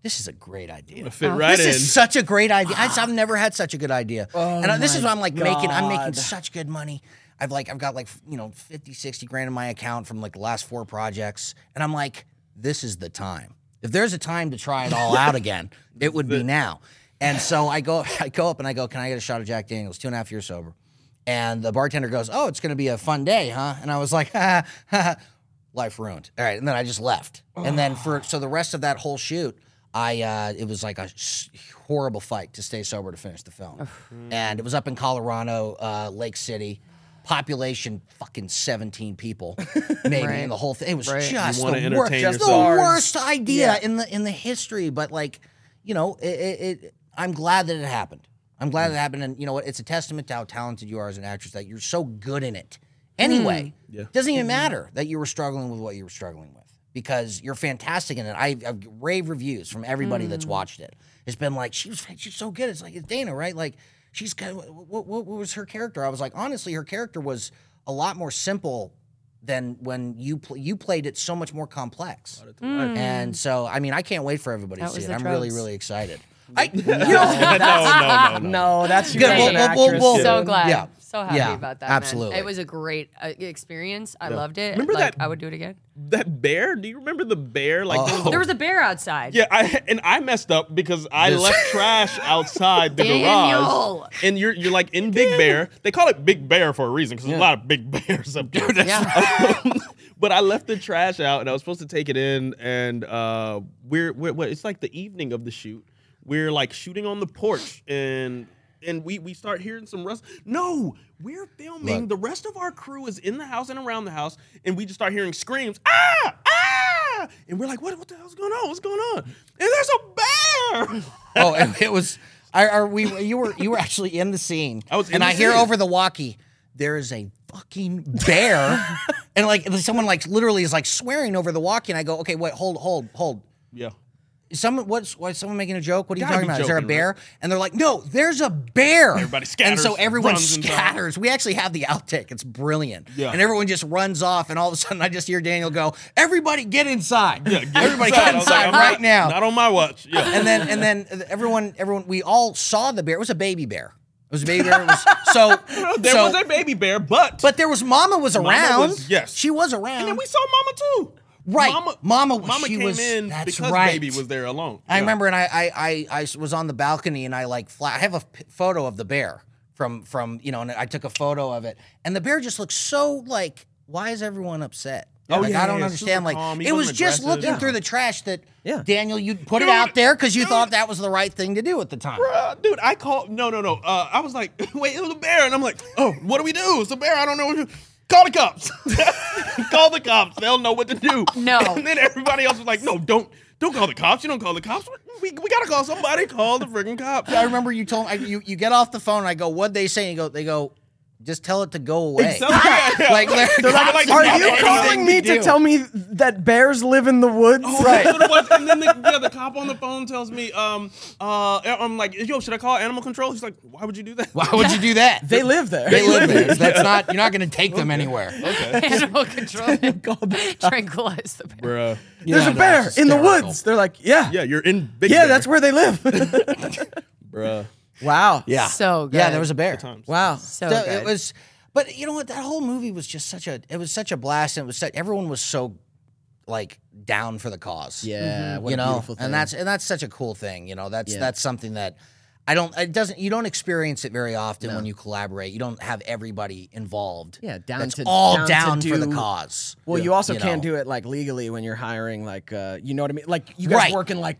D: this is a great idea
B: Fit
C: Oh,
B: right
D: this
B: in. Oh
D: is such a great idea. I, have never had such a good idea. and I- this is what I'm like making. I'm making
A: God.
D: such good money. I've like I've got like you know 50, 60 grand in my account from like the last four projects, and I'm like, this is the time. If there's a time to try it all out again, it would be now. And so I go, I go up and I go, can I get a shot of Jack Daniels? Two and a half years sober. And the bartender goes, oh, it's going to be a fun day, huh? And I was like, ha, ha, ha, life ruined. All right, and then I just left. And then for so the rest of that whole shoot, I uh, it was like a s- horrible fight to stay sober to finish the film, and it was up in Colorado, uh, Lake City, population fucking seventeen people, maybe, and the whole thing. It was
C: Right. You
D: just
B: wanna
D: the,
B: entertain
D: worst, just the
B: yourself.
D: worst idea in the in the history. But like, you know, it, it, it, I'm glad that it happened. I'm glad that it happened, and you know what? It's a testament to how talented you are as an actress that you're so good in it. Anyway, it doesn't even matter that you were struggling with what you were struggling with because you're fantastic in it. I, I've rave reviews from everybody that's watched it. It's been like she was she's so good. It's like it's Dana, right? Like she's kind of, what, what, what was her character? I was like, honestly, her character was a lot more simple than when you pl- you played it so much more complex.
C: Mm.
D: And so, I mean, I can't wait for everybody
C: That
D: to see
C: was
D: it.
C: the
D: I'm really,
C: drugs.
D: really excited. I,
B: no, no, no, no.
A: No, that's you
D: Good,
A: as
D: we'll-
A: an
D: we'll- we'll-
A: actress,
D: we'll-
A: dude.
C: So glad.
D: Yeah.
C: So happy
D: Yeah,
C: about that.
D: absolutely.
C: Man. It was a great uh, experience. I loved it.
B: Remember
C: like,
B: that-
C: I would do it again.
B: That bear? Do you remember the bear? Like there was a
C: There was a bear outside.
B: Yeah, I, and I messed up because I
D: This-
B: left trash outside the
C: Daniel.
B: garage. And you're you're like in Big Bear. They call it Big Bear for a reason because there's a lot of big bears up there. but I left the trash out, and I was supposed to take it in. And uh, we're, we're, we're- it's like the evening of the shoot. We're like shooting on the porch, and and we we start hearing some rust. No, we're filming. The rest of our crew is in the house and around the house, and we just start hearing screams. Ah ah! And we're like, what what the hell's going on? What's going on? And there's a bear.
D: oh, it, it was. I, are we? You were. You were actually in the scene.
B: I was in
D: and
B: the
D: I hear
B: scene.
D: over the walkie, there is a fucking bear, and like someone like literally is like swearing over the walkie, and I go, okay, wait, hold, hold, hold.
B: yeah.
D: Is Someone, what's why is someone making a joke? What are you
B: Gotta
D: talking
B: be
D: about? is there a
B: joking,
D: bear? And they're like, no, there's a bear.
B: Everybody
D: And so
B: scatters,
D: everyone
B: runs inside.
D: scatters. We actually have the outtake. It's brilliant.
B: Yeah.
D: And everyone just runs off, and all of a sudden, I just hear Daniel go, "Everybody, get inside!
B: Yeah, get
D: Everybody,
B: inside.
D: get
B: I was like,
D: inside
B: I'm
D: right
B: not-
D: now!"
B: Not on my watch. Yeah.
D: and then and then everyone everyone we all saw the bear. It was a baby bear. It was a baby bear. It was, so
B: there
D: so-
B: was a baby bear, but
D: but there was Mama was around.
B: was- yes.
D: she was around.
B: And then we saw Mama too.
D: Right. Mama was-
B: Mama
D: she
B: came
D: was-
B: in
D: that's
B: because
D: right.
B: baby was there alone.
D: I
B: Yeah.
D: remember, and I, I I I was on the balcony, and I like fly. I have a p- photo of the bear from from you know, and I took a photo of it, and the bear just looks so like. Why is everyone upset?
B: Oh,
D: like,
B: yeah,
D: I don't
B: yeah,
D: understand.
B: super
D: Like
B: calm. He
D: it was
B: wasn't
D: just
B: aggressive.
D: looking
B: Yeah.
D: through the trash that
A: Yeah.
D: Daniel, you put it out there because you thought that was the right thing to do at the time.
B: Uh, dude, I called. No, no, no. Uh, I was like, wait, it was a bear, and I'm like, oh, what do we do? It's a bear. I don't know. What to do. Call the cops. call the cops. They'll know what to do.
C: No.
B: And then everybody else was like, no, don't, don't call the cops. You don't call the cops. We, we gotta call somebody. Call the friggin' cops.
D: I remember you told I, you you get off the phone. And I go, what would they say? And you go, they go, just tell it to go away.
B: Exactly.
D: like, they're
B: not like,
A: Are
B: Yeah,
A: you
B: yeah,
A: calling me to tell me that bears live in the woods?
B: Oh, That's what it was. And then the, yeah, the cop on the phone tells me, um, uh, I'm like, yo, should I call animal control? He's like, why would you do that?
D: Why would you do that?
A: They live there.
D: They live there. That's not. You're not going to take them anywhere.
C: Animal control. Tranquilize the bear.
B: Bruh.
A: There's
D: Yeah,
A: a bear
D: that's
A: in the
D: hysterical.
A: woods. They're like, yeah,
B: Yeah, you're in big.
A: yeah,
B: Bear.
A: that's where they live.
B: Bruh.
A: wow.
D: Yeah.
C: So good.
D: Yeah, there was a bear.
A: Wow.
C: so,
D: So
C: good.
D: it was, but you know what? That whole movie was just such a. It was such a blast, and it was such. Everyone was so, like, down for the cause.
A: Yeah.
C: mm-hmm.
A: What
D: you
A: a
D: know,
A: beautiful thing.
D: and that's and that's such a cool thing. You know, that's that's something that I don't. It doesn't. You don't experience it very often when you collaborate. You don't have everybody involved.
A: Yeah, down
D: that's
A: to-
D: all
A: down
D: down,
A: to
D: for the
A: do-
D: cause.
A: Well, you also
D: You
A: can't
D: know.
A: do it like legally when you're hiring, like, uh, you know what I mean? Like, you guys
D: Right.
A: working like,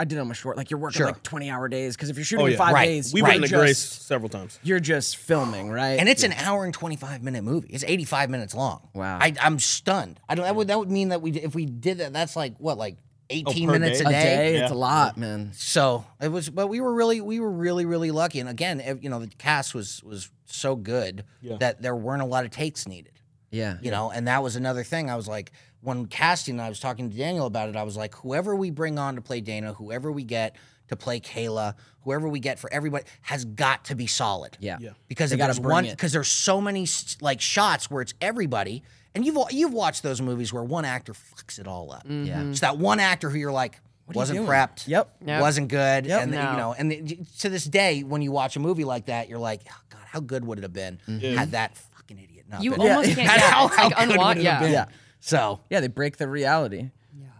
A: I did on my short, like, you're working
D: Sure.
A: like 20 hour days. Cause if you're shooting
B: yeah.
A: five
D: Right.
A: days,
B: We
A: you're
B: went into Grace
A: just-
B: several times.
A: You're just filming, right?
D: And it's an hour and twenty five minute movie. It's eighty five minutes long.
A: Wow.
D: I, I'm stunned. I don't. That would that would mean that we if we did that, that's like what like eighteen
B: per
D: minutes
B: day?
A: a
D: a day.
A: Oh, day. It's a lot, man.
D: So it was, but we were really, we were really, really lucky. And again, ev- you know, the cast was was so good that there weren't a lot of takes needed.
A: Yeah.
D: You know, and that was another thing. I was like, when casting, I was talking to Daniel about it. I was like, whoever we bring on to play Dana, whoever we get to play Kayla, whoever we get for everybody has got to be solid.
A: Yeah. Yeah.
D: Because
A: They
D: if
A: gotta
D: there's
A: bring
D: one,
A: it.
D: because there's so many s- like shots where it's everybody, and you've wa- you've watched those movies where one actor fucks it all up.
A: Yeah.
D: It's that one actor who you're like wasn't prepped.
A: Yep.
D: Wasn't good.
A: Yep.
D: And
C: No.
D: you know, and the, to this day, when you watch a movie like that, you're like, oh, God, how good would it have been had that fucking idiot not
C: You
D: been?
C: almost can't.
D: Had-
C: Yeah,
D: how,
C: it's
D: how
C: like
D: good would it
C: unwa-
D: have
C: yeah.
D: been?
A: Yeah.
D: So
A: Yeah, they break the reality.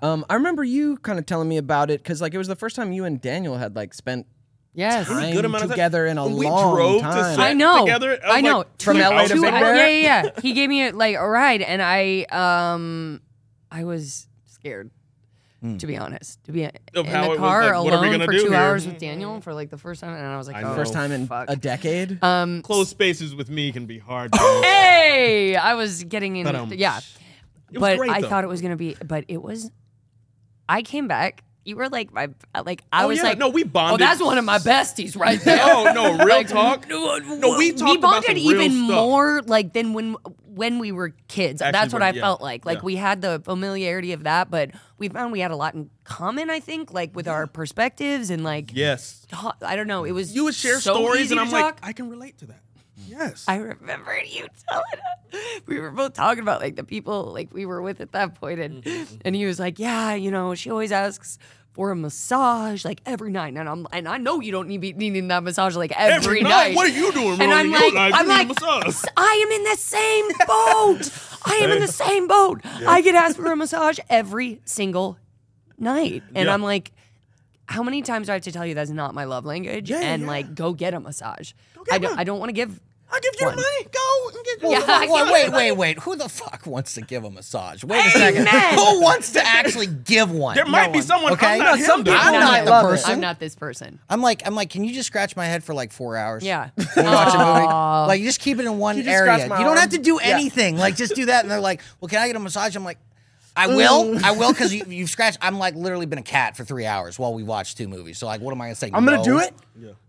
A: Um, I remember you kind of telling me about it because like it was the first time you and Daniel had like spent
C: Yes.
A: Time
B: Good amount of time.
A: together in a
B: When
A: long
B: we drove
A: time.
B: To set
C: I know.
B: Together,
C: I,
B: was
C: know.
B: Like,
A: From
C: Two-
A: LA to
C: two-
A: Big
C: I-
A: Bear?
C: Yeah, yeah, yeah. He gave me a, like a ride, and I um, I was scared.
A: Hmm.
C: To be honest, to be in the
B: Of how it was
C: car
B: like, what are we
C: alone
B: gonna
C: for
B: do
C: two
B: here?
C: hours with Daniel for like the first time, and I was like,
B: know.
C: oh,
A: first time in
C: fuck.
A: a decade.
B: closed spaces with me can be hard. though.
C: hey, I was getting in.
B: But, um,
C: yeah,
B: It was
C: but
B: great,
C: I
B: though.
C: thought it was gonna be. But it was. I came back. You were like my like I
B: Oh,
C: was
B: yeah.
C: like
B: No, we bonded.
C: Oh, that's one of my besties right there.
B: Oh no, real
C: Like,
B: talk.
C: uh,
B: No, we talked
C: we bonded
B: about some real
C: even
B: stuff.
C: more like than when when we were kids.
B: Actually,
C: That's what
B: when-
C: I
B: yeah,
C: felt like. Like
B: yeah.
C: we had the familiarity of that, but we found we had a lot in common. I think, like with our perspectives and like
B: Yes.
C: ta- I don't know. It was
B: You would share
C: so
B: stories,
C: easy
B: and
C: to
B: I'm
C: talk.
B: like, I can relate to that. Yes.
C: I remember you telling us we were both talking about like the people like we were with at that point, and
B: Mm-hmm,
C: and he was like, yeah, you know, she always asks for a massage like every night, and I'm and I know you don't need be needing that massage like every, night.
B: What are you doing wrong?
C: And I'm
B: in
C: like,
B: your life?
C: I'm
B: you need
C: like,
B: a massage.
C: I am in the same boat. I am in the same boat. I get asked for a massage every single night, and
B: Yeah.
C: I'm like, how many times do I have to tell you that's not my love language?
B: Yeah,
C: and
B: yeah.
C: like, go get a massage. I don't. I don't want to give.
B: I'll give you
C: One.
B: the money. Go and get
C: Yeah.
D: Well,
C: I-
D: wait, wait, wait. Who the fuck wants to give a massage? Wait a second.
C: Amen.
D: Who wants to actually give one?
B: There might be someone.
D: Okay.
B: I'm not
D: No,
B: him,
D: some
B: though.
D: people- I'm
C: No,
D: not
C: no,
D: the
C: no.
D: person.
C: I'm not this person.
D: I'm like, I'm like, can you just scratch my head for like four hours?
C: Yeah. Uh,
D: When we watch a movie, like you just keep it in one
A: you just
D: area.
A: scratch
D: You
A: my
D: don't have
A: arm?
D: to do
A: Yeah.
D: anything. Like just do that, and they're like, well, can I get a massage? I'm like. I
C: Mm.
D: will, I will, because you, you've scratched. I'm like literally been a cat for three hours while we watched two movies. So like, what am I gonna say?
A: I'm gonna
D: no?
A: do it,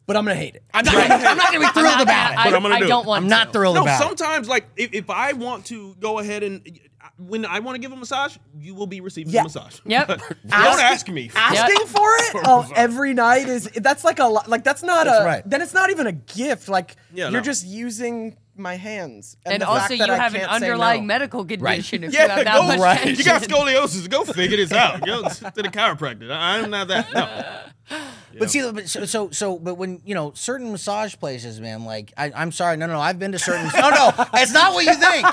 A: but I'm gonna hate it.
D: I'm not, I'm not gonna be thrilled about it.
C: I,
B: But I'm gonna
C: I
B: do it.
C: don't want.
D: I'm not
C: to.
D: thrilled
B: No,
D: about it.
B: sometimes like if, if I want to go ahead and when I want to give a massage, you will be receiving
A: Yeah.
B: a massage.
C: Yep.
B: Don't
A: Ask-
B: ask me.
A: Asking for it oh, every night is that's like a lot. Like that's not a.
D: right.
A: Then it's not even a gift. Like
B: Yeah,
A: you're
B: no.
A: just using my hands.
C: And
A: the
C: also,
A: fact
C: you
A: that I
C: have an
A: can't say
C: underlying
A: no.
C: medical condition if you
B: Yeah,
C: have that much
B: go right. You got
C: tension.
B: scoliosis. Go figure this out. Go to the chiropractor. I- I'm not that. No.
D: But see, but so, so, so, but when you know certain massage places, man, like I, I'm sorry, no, no, no, I've been to certain. No, no, it's not what you think.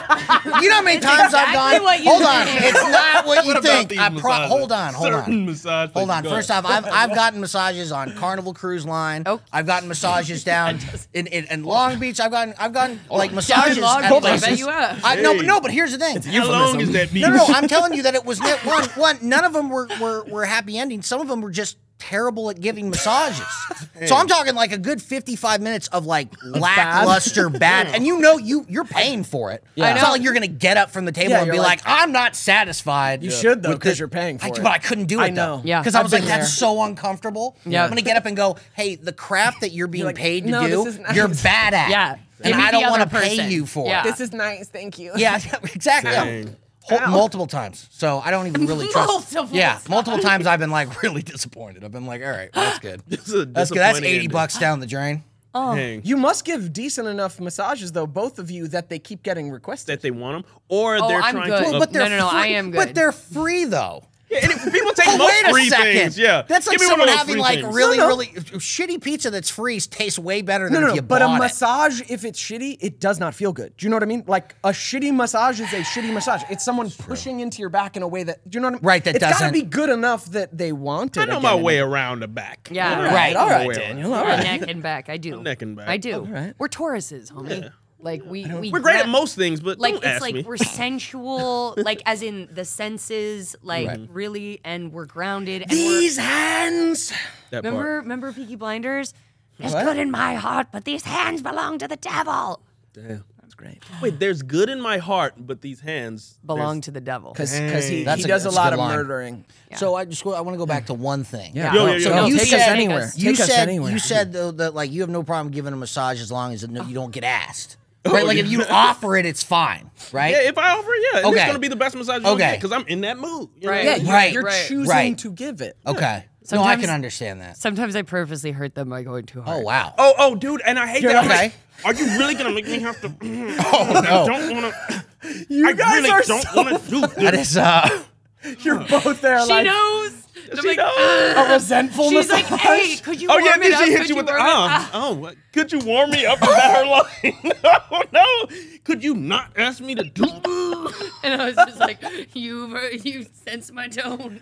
D: You know how many times
C: exactly
D: I've gone.
C: what you
D: hold on,
C: think.
D: it's not what you
B: What about
D: think.
B: these
D: I pro-
B: massages?
D: hold on, hold
B: Certain
D: on.
B: massage
D: Hold
B: places.
D: on.
B: Go
D: First
B: ahead.
D: off, I've, I've gotten massages on Carnival Cruise Line.
C: Oh.
D: I've gotten massages down in, in, in Long Beach. I've gotten I've gotten
B: Oh.
D: like massages.
C: Long
D: at
C: Beach, I bet
D: places.
C: you have.
D: I- no, but no, but here's the thing.
B: how long is that?
D: No, no, no, I'm telling you that it was not one. One, none of them were, were were happy endings. Some of them were just terrible at giving massages. So I'm talking like a good 55 minutes of like lackluster bad, and you know you you're paying for it.
A: Yeah.
D: It's
A: I know.
D: not like you're gonna get up from the table
A: Yeah,
D: and
A: you're
D: be
A: like-
D: like, I'm not satisfied.
A: You should though,
D: with this."
A: because you're paying for
D: I,
A: it.
D: But I couldn't do it.
A: I know.
D: Though.
C: Yeah.
D: Because I was
A: I've
D: like,
A: been
D: that's so uncomfortable.
C: Yeah.
D: I'm gonna get up and go, hey, the craft that you're being
A: like,
D: paid to
A: "No,
D: do,
A: this isn't-
D: you're bad at.
C: Yeah.
D: and
C: Give me
D: I
C: the
D: don't want to
C: other
D: pay
C: person.
D: you for
C: Yeah.
D: it.
C: This
A: is nice. Thank you.
D: Yeah, exactly. Yeah.
B: Dang.
D: Ho- multiple times. So I don't even really trust.
C: Multiple
D: yeah, multiple times I've been like really disappointed. I've been like, all right, well, that's good.
B: This is a
D: That's good. That's
B: disappointing
D: eighty
B: ending.
D: bucks down the drain.
C: Oh.
B: Dang.
A: You must give decent enough massages, though, both of you, that they keep getting requested.
B: that they want them, or
C: Oh,
B: they're
C: I'm
B: trying
C: good.
B: to.
C: Well,
B: up-
C: but- No, no, no,
D: free.
C: I am
D: But
C: good.
D: they're free though.
B: Yeah, and it- people take
D: Oh,
B: most
D: wait a
B: free
D: second.
B: things. Yeah,
D: that's like
B: Give me one
D: someone
B: of those
D: having
B: free
D: like
B: things.
D: really,
A: No, no.
D: really uh, shitty pizza that's free tastes way better
A: No,
D: than
A: no,
D: if
A: no.
D: you
A: But a
D: bought it.
A: massage, if it's shitty, it does not feel good. Do you know what I mean? Like a shitty massage is a shitty massage. It's someone pushing into your back in a way that do you know what I mean?
D: Right, that
A: it's gotta
D: doesn't-
A: be good enough that they want it.
B: I know
A: again
B: my
A: and
B: way
A: again.
B: around the back.
C: Yeah.
B: I know my
C: Right,
B: way
A: alright,
B: around.
A: Daniel,
C: Yeah,
A: all right.
C: neck and back. I do.
B: Neck and back.
C: I do.
A: right.
C: We're Tauruses, homie. Like we, we
B: We're great at
C: gra-
B: most things, but
C: Like
B: don't
C: it's
B: ask
C: like
B: me.
C: we're sensual, like as in the senses, like really, and we're grounded. And
A: These hands.
B: That
C: we're,
B: part.
C: remember, remember Peaky Blinders. It's good in my heart, but these hands belong to the devil.
A: That's great.
B: Wait, there's good in my heart, but these hands
C: Belong to the devil.
A: Because he,
D: That's
A: he
D: a-
A: does a,
D: that's a
A: lot
D: good
A: of
D: line.
A: murdering.
D: So I just I want to go back to one thing.
A: Yeah.
B: Yo, yo,
A: so
B: yo, yo.
A: you
C: Take
A: said
C: us-
A: anywhere.
C: take
D: You
A: Take us
D: said
A: anywhere.
D: you said though that like you have no problem giving a massage as long as it, no, you don't get asked. Right? like if you offer it, it's fine. Right?
B: Yeah, if I offer, yeah, and it's
D: Okay.
B: gonna be the best massage you'll
D: Okay.
B: get because I'm in that mood. you know?
C: Right.
A: Yeah, you're,
D: Right,
A: you're
C: right.
A: choosing
D: Right.
A: to give it.
D: okay. No, I can
C: Sometimes-
D: understand that.
C: Sometimes I purposely hurt them by going too hard.
D: Oh wow.
B: Oh, oh, dude, and I hate
D: You're
B: that. I'm
D: okay.
B: like, are you really gonna make me have to? mm,
D: Oh,
B: I
D: no.
B: don't wanna. You I
A: guys
B: really
A: are
B: don't
A: so-
B: wanna do
D: That
B: this.
D: is uh
A: You're both there
C: She
A: like
C: knows. And I'm like,
B: knows.
A: a resentful
C: She's like,
A: massage.
C: hey, could you
B: Oh
C: warm
B: yeah,
C: it
B: did
C: up?
B: she
C: Could
B: hit you with the?
C: warm it up?"
B: Uh, oh, what? could you warm me up? Is that her line? no, no. Could you not ask me to do?
C: And I was just like, you ver- you sense my tone.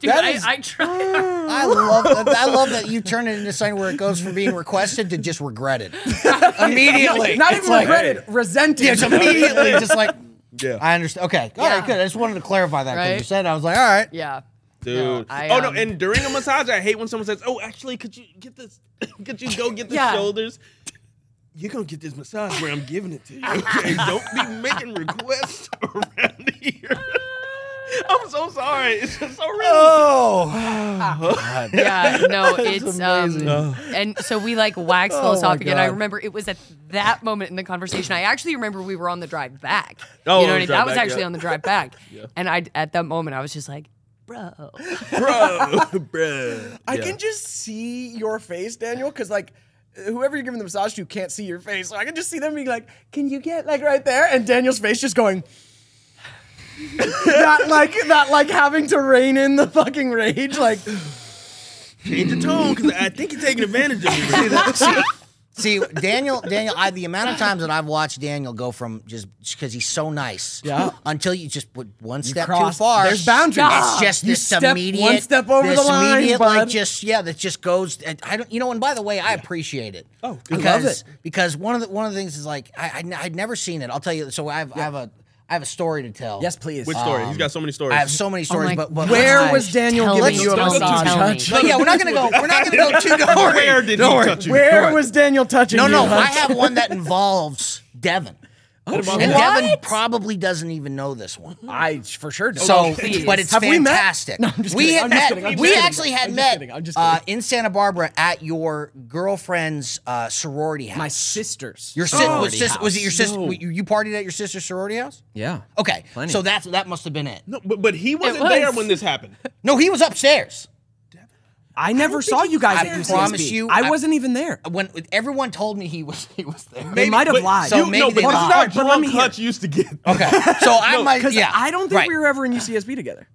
C: Dude,
D: That
C: I,
D: is-
C: I try.
D: I love that. I love that you turn it into something where it goes from being requested to just regretted immediately.
A: Not
D: It's
A: even
D: like-
A: regretted, resented.
D: Yeah, it's immediately just like. Yeah. I understand. Okay. All right.
C: Yeah.
D: Good. I just wanted to clarify that because you
C: Right?
D: said it. I was like, all right.
C: Yeah.
B: Dude.
C: No, I,
B: oh no!
C: um,
B: And during a massage, I hate when someone says, "Oh, actually, could you get this? could you go get the
C: Yeah.
B: shoulders?" You're gonna get this massage where I'm giving it to you. Okay, don't be making requests around here. I'm so sorry. It's just so random.
D: Oh. God.
C: Yeah, Uh, no, it's um,
B: Oh.
C: and so we like waxed philosophic, and I
D: God.
C: remember it was at that moment in the conversation. I actually remember we were on the drive back.
B: Oh, on
C: you know what I
B: the
C: mean?
B: drive
C: That was
B: back,
C: actually
B: yeah.
C: on the drive back, and I at that moment I was just like, bro,
B: bro, bro.
A: I can just see your face, Daniel, because like whoever you're giving the massage to can't see your face. So I can just see them being like, "Can you get like right there?" And Daniel's face just going. not like not like having to rein in the fucking rage. Like
B: change the tone because I think you're taking advantage of me.
D: See, Daniel, Daniel, I, the amount of times that I've watched Daniel go from just because he's so nice,
A: Yeah.
D: until you just put one step
A: cross-
D: too far.
A: there's boundaries.
D: It's just
A: You
D: this
A: step
D: immediate,
A: one step over
D: this
A: the line,
D: immediate, like
A: bud.
D: just yeah, that just goes. and I don't, you know. And by the way, I appreciate it. Oh,
A: I love
D: because
A: it.
D: because one of the one of the things is like I, I would never seen it. I'll tell you. So I've I have a I have a story to tell.
A: yes, please. Uh,
B: Which story? He's got so many stories.
D: Um, I have so many stories,
C: my-
D: but, but
A: Where
D: I-
A: was Daniel
C: tell
A: giving
C: me,
A: you a
C: tell me,
A: massage?
C: tell me.
A: Hutch?
D: No, yeah, we're not gonna go. We're not gonna go too. Don't worry.
B: Where did
D: don't
B: he
D: worry.
B: touch you?
A: Where was Daniel touching
D: No,
A: you? Oh,
D: no, I
A: Hutch?
D: have one that involves Devin. and
C: What?
D: Devin probably doesn't even know this one.
A: I for sure don't.
D: So,
C: please.
D: but it's
A: Have we met?
D: fantastic.
A: No, I'm just
D: we
A: kidding. I'm
D: had
A: just
D: met.
A: kidding. I'm
D: we
A: just kidding.
D: actually had
A: I'm just
D: met
A: kidding. I'm just
D: uh,
A: kidding.
D: in Santa Barbara at your girlfriend's uh, sorority house.
A: my sister's.
D: your sister was, sis- was it your sister? You, you partied at your sister's sorority house?
A: Yeah.
D: Okay, so that's that must have been it.
B: No, but, but he wasn't
C: was.
B: there when this happened.
D: No, he was upstairs.
A: I never saw you guys
D: I
A: at UCSB.
D: promise you,
A: I Uh,
D: I-
A: wasn't even there.
D: When everyone told me he was, he was there.
A: They might have
B: But
A: lied.
D: So
B: you-
D: maybe
B: no,
D: they
B: but this is
D: lied.
B: how
A: But let
B: drunk
A: me hear.
B: Hutch used to get.
D: Okay, so I might.
A: Because
D: Yeah,
A: I don't think
D: right.
A: we were ever in UCSB together.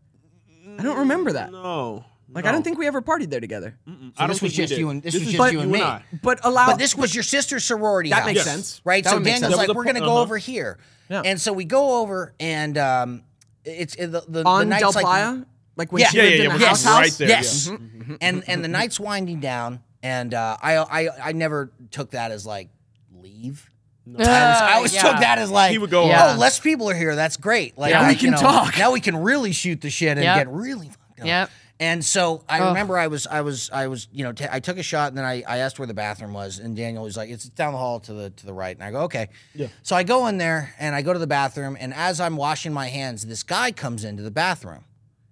A: I don't remember that.
B: No.
A: Like I don't think we ever partied there together.
B: I don't
D: this was
B: think we
D: just
B: did.
D: you and- this was
B: is
D: just you and me.
B: I.
A: But allow.
D: But this was your sister's sorority.
A: That
D: house,
A: makes Yes. sense.
D: right?
A: That
D: so
A: would make sense.
D: Daniel's
B: That was
D: like,
B: a
D: "We're gonna
B: pro-
D: go
B: uh-huh.
D: over here,"
A: Yeah.
D: and so we go over, and um, it's it, the, the the
A: on
D: night's
A: Del
D: like-
A: Playa, like when
D: Yeah.
A: she
D: Yeah,
A: lived
B: yeah,
A: in
B: yeah,
A: the
B: we're
A: house
B: just
A: house.
B: right there.
D: Yes, Mm-hmm. and and the night's winding down, and uh, I I I never took that as like leave. I was, I always
C: yeah.
D: took that as like
B: He would go
C: Yeah.
D: Oh, less people are here. That's great. Like
C: Yeah.
D: I-
C: We
D: you
A: can
D: know,
A: talk.
D: Now we can really shoot the shit and
C: Yep.
D: get really fucked up.
C: Yep.
D: And so I remember I was I was I was you know t- I took a shot and then I, I asked where the bathroom was and Daniel was like it's down the hall to the to the right and I go okay yeah so I go in there and I go to the bathroom and as I'm washing my hands this guy comes into the bathroom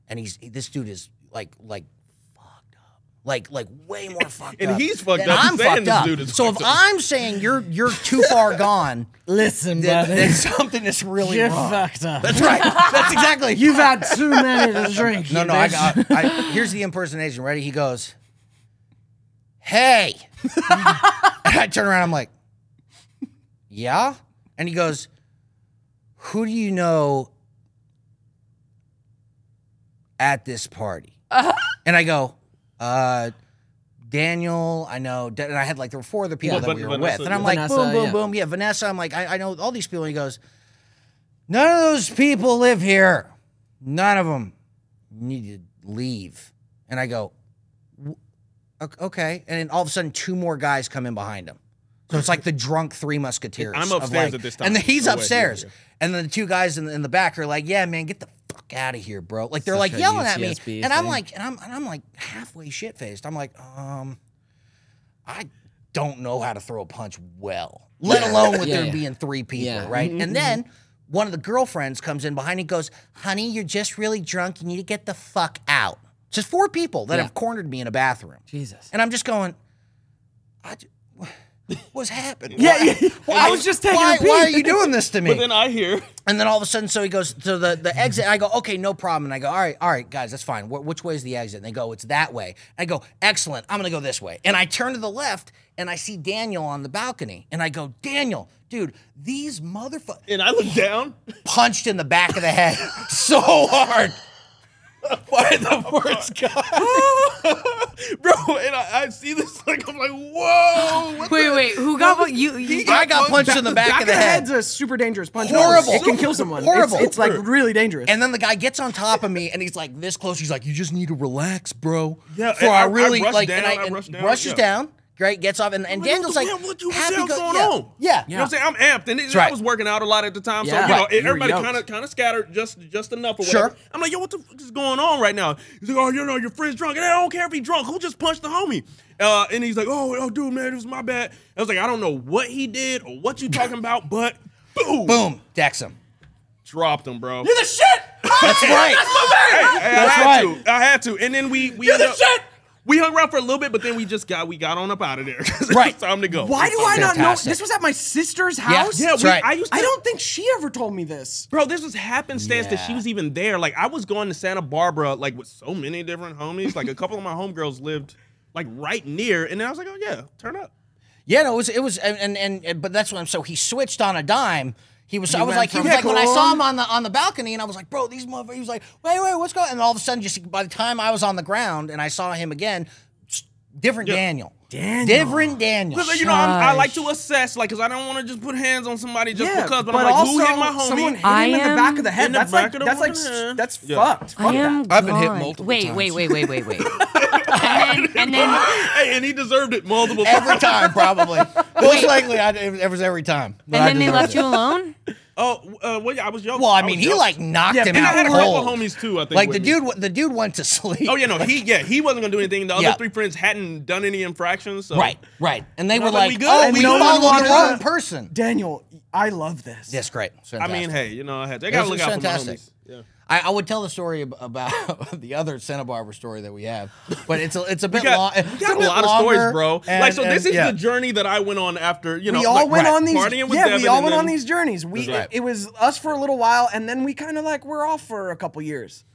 D: and he's this dude is like like Like like way more fucked
B: And
D: up.
B: he's fucked
D: than
B: up.
D: I'm
B: Saying
D: fucked
B: this
D: up.
B: dude is
D: so if
B: fucked up.
D: I'm saying you're you're too far gone,
E: Listen,
D: then,
E: buddy.
D: then something is really
E: You're
D: wrong.
E: fucked up.
D: That's right. That's exactly.
E: You've had too many to drink.
D: No,
E: you
D: no, I
E: bitch.
D: got. I, here's the impersonation. Ready? He goes, "Hey," and I turn around. I'm like, "Yeah," and he goes, "Who do you know at this party?" And I go, "Uh." Daniel, I know, Da- and I had like there were four other people
B: Yeah.
D: that we
B: Van-
D: were
B: Vanessa,
D: with, and I'm
B: yeah.
D: like,
A: Vanessa,
D: boom, boom,
A: yeah.
D: boom, yeah, Vanessa. I'm like, I, I know all these people. And he goes, none of those people live here. None of them need to leave. And I go, "W- o- okay. And then all of a sudden, two more guys come in behind him. So it's like the drunk three musketeers.
B: I'm
D: of
B: upstairs
D: like-
B: at this time.
D: And then he's
B: No way,
D: upstairs.
B: yeah, yeah.
D: And then the two guys in the, in the back are like, yeah, man, get the fuck out of here, bro. Like they're
A: Such
D: like
A: a
D: yelling at me.
A: UCSB
D: And I'm
A: thing.
D: like, and I'm, and I'm like halfway shit faced. I'm like, um, I don't know how to throw a punch well, let alone with
A: Yeah,
D: there
A: yeah.
D: being three people,
A: Yeah.
D: right?
E: Mm-hmm.
D: And then one of the girlfriends comes in behind and goes, Honey, you're just really drunk. You need to get the fuck out. Just four people that have cornered me in a bathroom.
A: Jesus.
D: And I'm just going, I, ju- what's happened?
E: Yeah,
D: Why-
E: yeah. I was just taking a
D: why, Why are
E: pee.
D: you doing this to me?
B: But then I hear
D: And then all of a sudden, so he goes to the, the exit. I go, okay, no problem. And I go, all right, all right, guys, that's fine. Wh- which way is the exit? And they go, it's that way. I go, excellent. I'm going to go this way. And I turn to the left and I see Daniel on the balcony. And I go, Daniel, dude, these motherfuckers
B: and I look down.
D: punched in the back of the head so hard by the first guy.
B: Bro, and I, I see this like I'm like, whoa! What
C: Wait, wait, who got what you? you
D: I got punched in the back, of the head.
A: head's a super dangerous punch.
D: Horrible.
A: It can kill someone. It's-
D: Horrible.
A: It's, like really dangerous.
D: And then the guy gets on top of me and he's like this close. He's like, "You just need to relax, bro."
B: Yeah,
D: For
B: and
D: I
B: I- I
D: really
B: rushed
D: like, and
B: down,
D: I,
B: I
D: and
B: rushed down,
D: rushes
B: yeah.
D: down. Great, gets off, and, and
B: the-
D: Daniel's like,
B: what the- what the
D: happy
B: hell's
D: go-
B: going
D: yeah,
B: on?
D: Yeah,
B: You know what I'm saying? I'm amped, and it,
D: right.
B: I was working out a lot at the time,
A: Yeah.
B: so you know
A: Right. You were
B: everybody
A: yoked.
B: kind of kind of scattered just just enough. Or
D: Sure.
B: whatever. I'm like, yo, what the fuck is going on right now? He's like, oh, you know, your friend's drunk, and I don't care if he's drunk. Who just punched the homie? Uh, and he's like, oh, oh, dude, man, it was my bad. I was like, I don't know what he did or what you talking about, but boom,
D: boom, decks him.
B: dropped him, bro.
A: the shit.
D: That's right.
B: Hey, hey, I
D: That's
B: had
D: right.
B: to. I had to. And then we we
A: You're the
B: ended up-
A: shit!
B: We hung around for a little bit, but then we just got we got on up out of there. 'Cause
D: Right.
B: It's time to go.
A: Why do I not know?
D: Fantastic.
A: This was at my sister's house.
B: Yeah,
D: That's
B: we,
D: right.
B: I used to.
A: I don't think she ever told me this.
B: Bro, this was happenstance that she was even there. Like I was going to Santa Barbara, like with so many different homies. Like a couple of my homegirls lived like right near, and then I was like, oh yeah, turn up.
D: Yeah, no, it was it was, and and, and, and but that's what I'm. So he switched on a dime. He was. I was
A: went
D: like, he
A: from-
D: was like, when I
A: Yeah,
D: saw
A: cool.
D: him on the on the balcony, and I was like, bro, these motherfuckers. He was like, wait, wait, what's going? on? And all of a sudden, just by the time I was on the ground and I saw him again, s- different Daniel. Daniel. Different Daniel.
B: Because you know I'm, I like to assess, like, because I don't want to just put hands on somebody just
A: yeah,
B: because. But, I'm like, who hit my homie?
A: Someone hit
C: I
A: him in the back of the
C: am-
A: head.
B: In the
A: That's
B: back
A: like
B: of the
A: that's like
B: head.
A: s- that's
B: Yeah.
A: fucked.
C: I
A: Fuck that.
C: am.
D: I've been hit
C: gone.
D: multiple
C: Wait,
D: times.
C: wait, wait, wait, wait, wait. and then, and then,
B: hey, and he deserved it multiple times.
D: Every time, probably. Most likely, I, it was every time. But I
C: and then they
D: deserved
C: left
D: it.
C: you alone.
B: Oh, uh, well, yeah, I was young.
D: Well, I mean, he like knocked
A: Yeah,
D: him
B: And I
D: out
B: had a couple
D: cold.
B: of homies too. I think
D: like
B: with
D: the
B: me.
D: dude, w- the dude went to sleep.
B: Oh yeah, no, he yeah he wasn't gonna do anything. The other
D: Yeah.
B: three friends hadn't done any infractions. So.
D: Right, right. And they
B: And I
D: were
B: was like,
D: like,
B: "We good?
D: "Oh,
B: And
D: we
B: no one
D: followed
B: wanted
D: the wrong
A: to-
D: person."
A: Daniel, I love this.
D: Yes, great.
B: I mean, hey, you know, I had, they gotta
D: This
B: look
D: is
B: out
D: fantastic.
B: for my homies. Yeah.
D: I, I would tell the story ab- about the other Santa Barbara story that we have, but it's a it's a bit
B: Got,
D: long.
B: we got a lot of stories, bro. like, so this is
D: yeah.
B: the journey that I went on after, you know,
A: we all
B: like,
A: went
B: right,
A: on these.
B: partying with
A: yeah, we
B: Devin
A: all
B: and
A: went on
B: then-
A: these journeys. We
D: That's right.
A: it, it was us for a little while, and then we kind of like we're off for a couple years.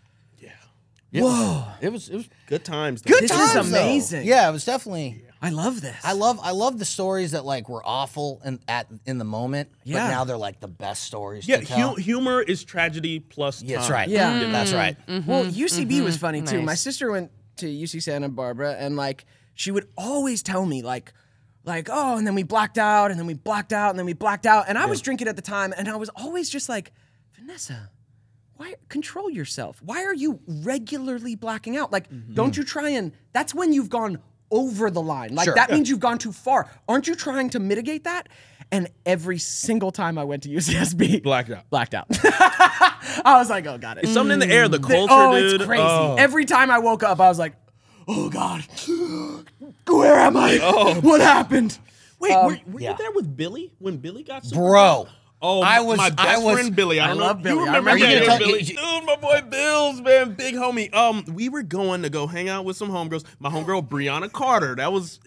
D: Whoa, it was it was
B: good times. though.
D: good
A: This is
D: times, though.
A: amazing.
D: Yeah, it was definitely.
A: I love this.
D: I love I love the stories that like were awful and at in the moment, but
A: Yeah.
D: now they're like the best stories.
B: Yeah, uh,
D: to tell.
B: hu- humor is tragedy plus.
D: Yeah, that's
B: time.
D: right.
A: Yeah. Mm-hmm.
D: that's right.
B: Mm-hmm,
A: Well, UCB was funny too. My sister went to UC Santa Barbara, and like she would always tell me like. Like oh, and then we blacked out, and then we blacked out, and then we blacked out, and I was drinking at the time, and I was always just like, Vanessa, why control yourself? Why are you regularly blacking out? Like,
B: Mm-hmm.
A: don't you try and? That's when you've gone over the line. Like
D: Sure.
A: that means you've gone too far. Aren't you trying to mitigate that? And every single time I went to UCSB,
B: Blacked out.
A: blacked out. I was like, oh, got it.
B: It's something in the air, the culture,
A: Oh,
B: dude.
A: it's crazy.
B: Oh.
A: Every time I woke up, I was like, oh God, where
B: Oh.
A: am I? What happened?
B: Wait, were, were
A: Um,
D: yeah.
B: you there with Billy when Billy got super
D: Bro,
B: Oh,
D: I
B: my-
D: was-
B: my best
D: I was-
B: friend Billy. I,
A: I
B: don't
A: love
B: know.
A: Billy. I
B: You remember,
A: remember
B: that,
D: Billy.
B: Billy?
D: You-
B: Dude, my boy Bills, man, big homie. Um, we were going to go hang out with some homegirls. My homegirl Brianna Carter. That was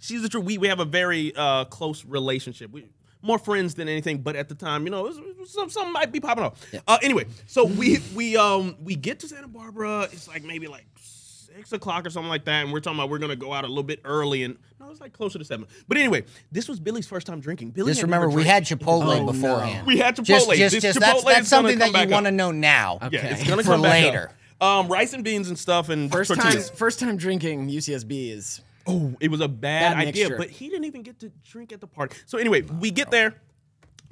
B: she's the truth. We we have a very uh, close relationship. We more friends than anything, but at the time, you know, it was, it was some something might be popping up. Uh, anyway, so we we um we get to Santa Barbara. It's like maybe like six o'clock or something like that, and we're talking about we're gonna go out a little bit early, and no, it's like closer to seven. But anyway, this was Billy's first time drinking. Billy
D: Just
B: had never
D: remember, we
B: drank.
D: had Chipotle
A: Oh,
D: beforehand.
B: We had Chipotle.
D: Just, just,
B: This
D: just
B: Chipotle
D: that's,
B: is
D: that's something
B: gonna come
D: that you
B: back
D: want to
B: up.
D: know now.
B: Yeah, it's gonna
D: for
B: come back up.
D: later.
B: Um, rice and beans and stuff and
A: First time,
B: tortillas.
A: first time drinking UCSB is
B: Oh, it was a bad,
A: Bad
B: idea,
A: mixture.
B: but he didn't even get to drink at the party. So anyway, we get there,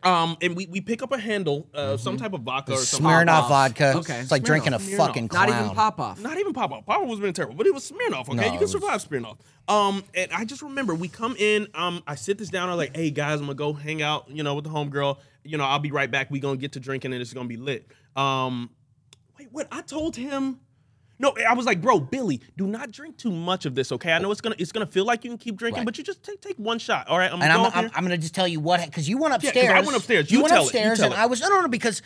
B: um, and we, we pick up a handle, uh, some
A: Mm-hmm.
B: type of vodka or something.
D: Smirnoff
A: Pop-offs.
D: vodka.
A: Okay.
D: It's like drinking a
B: Smirnoff.
D: fucking
A: not
D: clown.
A: even pop off.
B: Not even Papa. Papa was been terrible, but it was Smirnoff. Okay,
D: No,
B: you
D: it
B: can
D: was-
B: survive Smirnoff. Um, and I just remember we come in. Um, I sit this down. I'm like, hey guys, I'm gonna go hang out. You know, with the homegirl. You know, I'll be right back. We gonna get to drinking and it's gonna be lit. Um, wait, what? I told him. No, I was like, bro, Billy, do not drink too much of this, okay? I know it's gonna it's gonna feel like you can keep drinking,
D: Right.
B: but you just take take one shot, all right? I'm
D: And I'm,
B: going
D: I'm, I'm gonna just tell you what because you went
B: 'cause I
D: upstairs.
B: went upstairs.
D: You,
B: You
D: went
B: tell it, you
D: upstairs,
B: tell
D: and
B: it.
D: I was I don't know because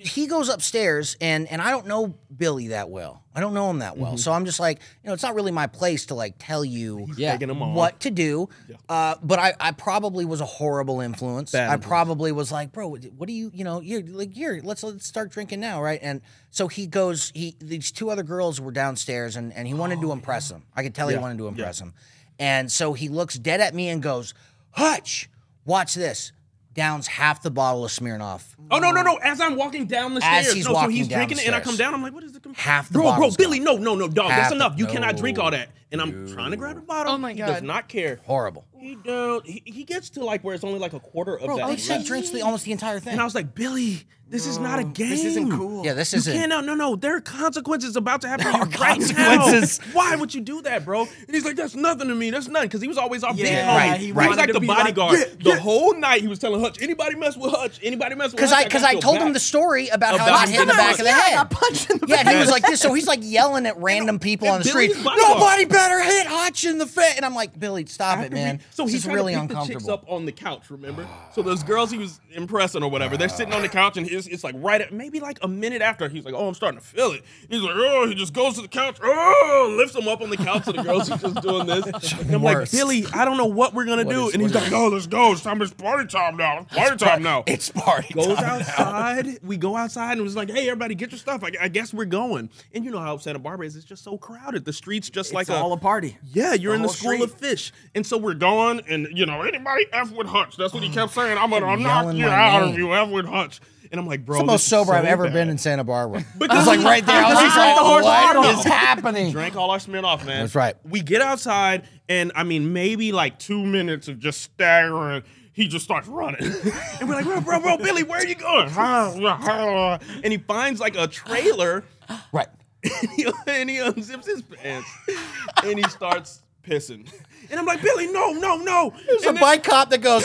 D: he goes upstairs, and and I don't know Billy that well. I don't know him that well, so I'm just like you know it's not really my place to like tell you
A: Yeah.
B: taking him on.
D: what to do. Uh, but I, I probably was a horrible influence. I probably was like, bro, what what do you, you know, you're like, here, let's let's start drinking now, right? And so he goes, he these two other girls were downstairs, and and he wanted to impress them. I could tell he wanted to impress them, and so he looks dead at me and goes, Hutch, watch this. Downs half the bottle of Smirnoff.
B: Oh no no no! As I'm walking down the
D: Uh, As
B: stairs,
D: he's
B: no, so
D: walking
B: he's
D: down
B: drinking
D: the
B: it, and I
D: stairs.
B: come down. I'm like, what is the com-
D: Half the
B: bro bro
D: bottle's
B: Billy? No
D: gone.
B: no no dog,
D: Half
B: that's
D: the-
B: enough. You cannot drink all
D: no.
B: that. And I'm trying to grab the bottle.
C: Oh my
B: He does
C: God.
B: not care.
D: Horrible.
B: He don't. He, he gets to like where it's only like a quarter of that.
D: Bro, he said
B: left.
D: Oh, drinks the almost the entire thing.
B: And I was like, Billy, this is not a game.
A: This isn't cool.
D: yeah, this
B: You
D: isn't.
B: cannot. No, no. There are consequences about to happen to you right
D: consequences.
B: now. Why would you do that, bro? And he's like, "That's nothing to me. That's nothing." Because he was always our big
A: Yeah,
B: homie.
D: right,
B: he
D: right.
B: was like
A: Wanted to
B: the
A: be like,
B: bodyguard.
A: "Yeah,
B: the
A: yeah."
B: whole night he was telling Hutch, "Anybody mess with Hutch? Anybody mess with?"
D: Because
B: Hutch,
D: I because I
B: your
D: told
B: back."
D: him the story about, how I
B: About
D: got hit in the
B: Smirnoff.
D: back of the
B: Yeah,
D: head.
A: punched in the
D: Yeah, and he was
B: Yes.
D: like this. So he's like yelling at random people
B: and
D: on the
B: Billy's
D: street.
B: bodyguard.
D: Nobody better hit Hutch in the face. And I'm like, Billy, stop it,
B: After we-
D: man.
B: so
D: This
B: he's
D: is
B: trying
D: really
B: to pick the chicks
D: uncomfortable.
B: up on the couch. Remember? So those girls he was impressing or whatever, they're sitting on the couch and it's, it's like right at maybe like a minute after he's like, oh, I'm starting to feel it. He's like, oh, he just goes to the couch, oh, lifts him up on the couch to the girls he's just doing this. And I'm like,
D: Worst.
B: Billy, I don't know what we're gonna do.
D: is-
B: and he's
D: what
B: like, oh, let's go. It's time. It's party time now. It's party time now.
D: It's party
B: Goes
D: time.
B: outside. We go outside and was like, "Hey, everybody, get your stuff. I, I guess we're going." And you know how Santa Barbara is; it's just so crowded. The streets just like
A: It's all a party.
B: yeah, you're in the
A: whole
B: school of fish. And so we're going, and you know, anybody F with Hutch. That's what he kept saying. I'm gonna
D: Kept
B: knock
D: yelling
B: you
D: my
B: out
D: name.
B: of you, F with Hutch. And I'm like, bro,
D: It's the
B: this
D: most
B: is
D: sober I've
B: so
D: ever
B: bad.
D: been in Santa Barbara. It
B: Because
D: was like
B: we-
D: right there. I was
B: because we drank the
D: like,
B: horse
D: what
B: water.
D: is happening?
B: Drank all our smeared off, man.
D: That's right.
B: We get outside, and I mean, maybe like two minutes of just staggering. He just starts running, and we're like, "Bro, bro, bro, Billy, where are you going?" and he finds like a trailer,
D: Right.
B: and he, and he unzips his pants, and he starts pissing. And I'm like, Billy, no, no, no!
D: There's a
B: And then-
D: bike cop that goes,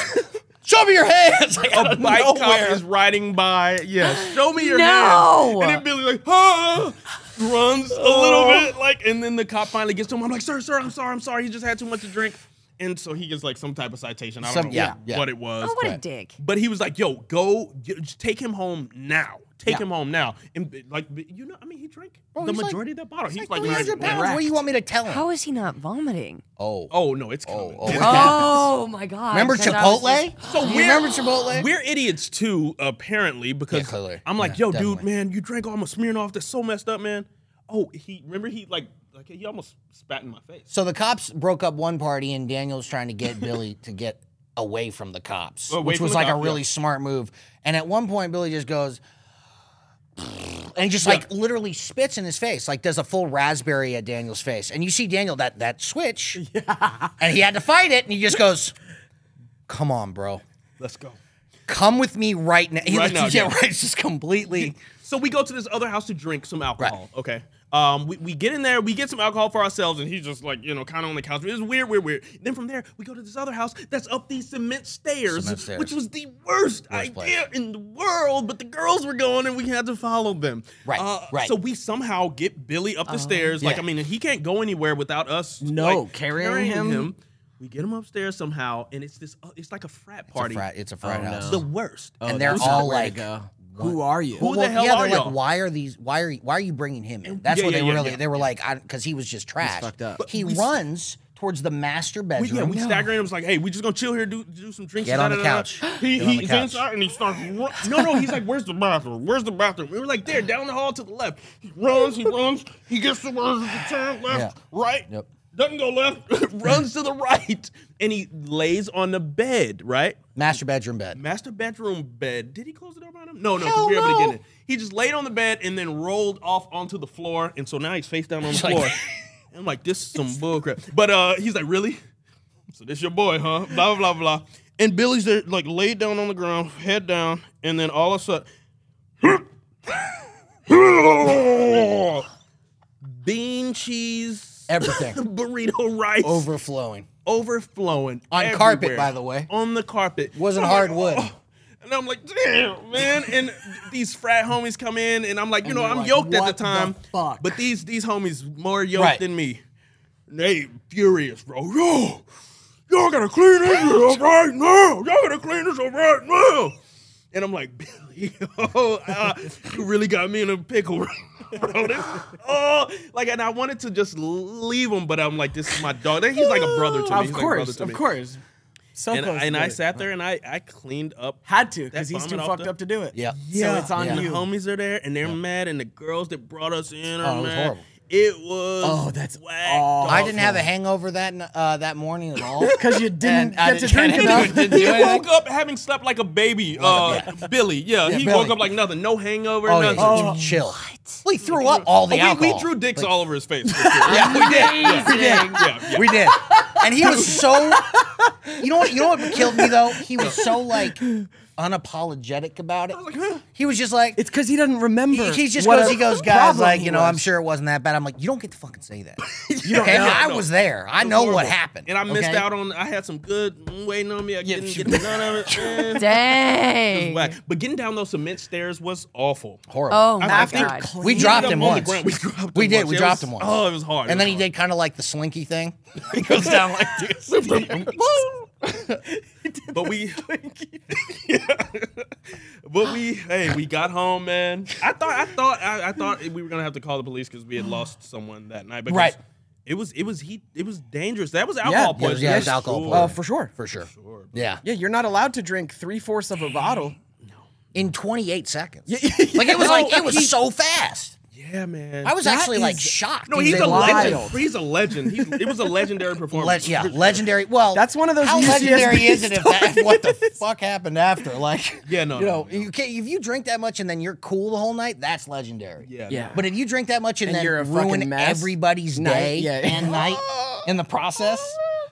D: show me your hands. Like, out
B: a
D: of
B: bike
D: nowhere.
B: cop is riding by. Yeah, show me your
C: No!
B: hands. And then Billy's like, huh? Runs a
D: Oh.
B: little bit, like, and then the cop finally gets to him. I'm like, sir, sir, I'm sorry, I'm sorry. He just had too much to drink. And so he gets like some type of citation. I don't
D: Some-
B: know
D: yeah,
B: what,
D: yeah.
B: what it was.
C: Oh, what a dick.
B: But he was like, "Yo, go get- just take him home now. Take him home now." And b- like, b- you know, I mean, he drank
D: Bro,
B: the
D: Oh, he's like-
B: majority of that bottle. He's,
D: It's
B: like,
D: like 300
B: "Man,
D: pounds. What do you want me to tell him?
C: How is he not vomiting?
D: Oh.
B: Oh no, it's coming.
D: oh,
B: It's coming.
D: oh.
C: Oh my god.
D: Remember
C: 'Cause I was
D: Chipotle?
C: just-
D: So you remember Chipotle?
B: We're idiots too, apparently, because
D: Yeah, clearly.
B: I'm like,
D: Yeah,
B: yo, dude,
D: definitely.
B: man, you drank all my Smirnoff. That's so messed up, man. Oh, he remember he like like he almost spat in my face.
D: So the cops broke up one party, and Daniel's trying to get Billy to get away from the cops,
B: Away
D: which
B: from
D: was
B: the
D: like
B: cop,
D: a
B: yeah.
D: really smart move. And at one point, Billy just goes, and he just like literally spits in his face, like does a full raspberry at Daniel's face. And you see Daniel that that switch, and he had to fight it, and he just goes, "Come on, bro."
B: Let's go.
D: Come with me right now. He
B: Right
D: was-
B: now,
D: yeah,
B: yeah.
D: right. Just completely.
B: So we go to this other house to drink some alcohol. Okay. Um, we, we get in there, we get some alcohol for ourselves, and he's just like, you know, kind of on the couch. It was weird, weird, weird. Then from there, we go to this other house that's up these cement stairs,
D: Cement stairs.
B: which was the worst, idea
D: place.
B: in the world. But the girls were going, and we had to follow them. Uh,
D: Right, right.
B: So we somehow get Billy up the stairs. Like,
D: Yeah.
B: I mean, he can't go anywhere without us.
A: No,
B: like,
A: carrying him.
B: him. We get them upstairs somehow, and it's this. It's like a frat Oh, party.
D: frat- it's a frat
B: It's
D: house.
B: The worst.
D: and they're
A: Those are
D: all
A: where to
D: like,
A: go. "Who are you?"
B: Who the
D: well,
B: hell
D: yeah,
B: are
D: they're
B: y'all?
D: like, why are these? Why are you, why are you bringing him in? That's
B: yeah,
D: what they
B: yeah, yeah,
D: really
B: yeah.
D: they were like, because he was just trash.
A: fucked up.
D: He
B: we s-
D: runs towards the master
B: We,
D: bedroom.
B: yeah, we staggering. It was like, hey, we just gonna chill here, do do some drinks.
D: Get on the
B: da-da-da-da.
D: couch.
B: He,
D: Get on the
B: he's
D: couch.
B: inside and he starts. Run- no, no, he's like, where's the bathroom? Where's the bathroom? We were like, there, down the hall to the left. He runs, he runs, he gets to where the turn left,
D: Yeah.
B: right.
D: Yep.
B: Doesn't go left, runs to the right, and he lays on the bed, right?
D: master bedroom bed.
B: Master bedroom bed. Did he close the door behind him? No, no, 'cause we were able to get in. He just laid on the bed and then rolled off onto the floor, and so now he's face down on the floor. And I'm like, this is some bullcrap. But uh, he's like, really? So this your boy, huh? Blah blah blah. And Billy's there, like laid down on the ground, head down, and then all of a sudden, bean cheese,
D: Everything
B: burrito rice,
D: overflowing.
B: overflowing
D: On carpet,
B: everywhere.
D: by the way.
B: on the carpet.
D: Wasn't
B: I'm like,
D: hardwood.
B: "Oh." And I'm like, damn, man. And these frat homies come in, and I'm like, you know, I'm yoked at
A: "What the
B: the time,
A: fuck?"
B: but these these homies more yoked
D: Right.
B: than me. And They furious, bro. Yo, y'all gotta clean this up right now. Y'all gotta clean this up right now. And I'm like, Billy, oh, uh, you really got me in a pickle, bro. This, oh, like, and I wanted to just leave him, but I'm like, this is my dog. He's like a brother to me.
E: Of
B: He's like a brother
E: course,
B: to
E: of
B: me
E: course. So
B: and,
E: close
B: and
E: to
B: I
E: it.
B: sat there and I, I cleaned up.
E: had to
B: That
E: because he's too
B: vomit off
E: fucked
B: the-
E: up to do it.
D: Yeah.
E: so it's on
B: and
E: you.
B: the homies are there and they're mad and the girls that brought us in are
D: Oh, it was
B: mad.
D: horrible.
B: It was
E: Oh, that's
B: whack,
E: awful.
B: dog.
D: I didn't have a hangover that n- uh, that morning at all.
E: Because you didn't
D: And I
E: get to
D: didn't-
E: drink
D: I didn't
E: enough.
D: even-
B: He
D: do anything.
B: woke up having slept like a baby, uh, Billy. Yeah, he
D: Billy.
B: woke up like nothing, no hangover,
D: Oh,
B: nothing.
D: yeah, just chill. We threw up all the
B: Oh, we,
D: alcohol.
B: we drew dicks all over his face. for sure. yeah, we did. Yeah,
C: Amazing.
B: yeah, yeah.
D: We did. And he was so You know what you know what killed me though? He was so like unapologetic about it. He was just like
A: It's because he doesn't remember.
D: he just
A: what
D: goes
A: a
D: he goes, guys,
A: problem
D: like,
A: he
D: you know,
A: was."
D: I'm sure it wasn't that bad. I'm like, you don't get to fucking say that. okay, I was there. I know what happened.
B: And I missed
D: okay?
B: out on. I had some good mm, waiting on me. I didn't
D: she-
B: get none of it. man. It was
C: Dang.
B: whack. But getting down those cement stairs was awful.
D: horrible.
C: Oh my
B: I think
C: god.
D: we
B: He
D: dropped
B: ended
D: him
B: up on the
D: once.
B: ground. We dropped him
D: We did,
B: once.
D: we
B: It
D: dropped
B: was-
D: him once.
B: Oh, it was hard. It
D: And then he
B: was
D: did kind of like the slinky thing.
B: hard. He goes down like this. but we, but we, hey, we got home, man. I thought, I thought, I, I thought we were gonna have to call the police because we had lost someone that night. Because
D: Right.
B: It was, it was heat. It was dangerous. That was alcohol
D: yeah, it was-
B: poisoning.
D: yeah, it was alcohol
B: Sure.
A: Oh,
D: poisoning.
A: for sure.
D: For sure. yeah.
A: Yeah, you're not allowed to drink three fourths of a bottle.
D: In 28 seconds. Like it was like it was so fast.
B: Yeah, man.
D: I was
A: That
D: actually like
A: is-
D: shocked.
B: no,
D: He
B: he's
D: was
B: a
D: able to do
B: legend.
D: it.
B: He's a legend. He's, it was a legendary
D: Le-
B: performance.
D: yeah, legendary. Well,
A: That's one of those
D: How
A: UCSB
D: legendary is it if, that, if what the fuck happened after? Like,
B: Yeah, no,
D: you
B: no,
D: know, you can't, if you drink that much and then you're cool the whole night, that's legendary.
B: Yeah,
A: Yeah.
D: But if you drink that much and,
A: And
D: then
A: you're a fucking
D: ruin
A: mess.
D: everybody's
A: Night,
D: day
A: yeah.
D: and night in the process,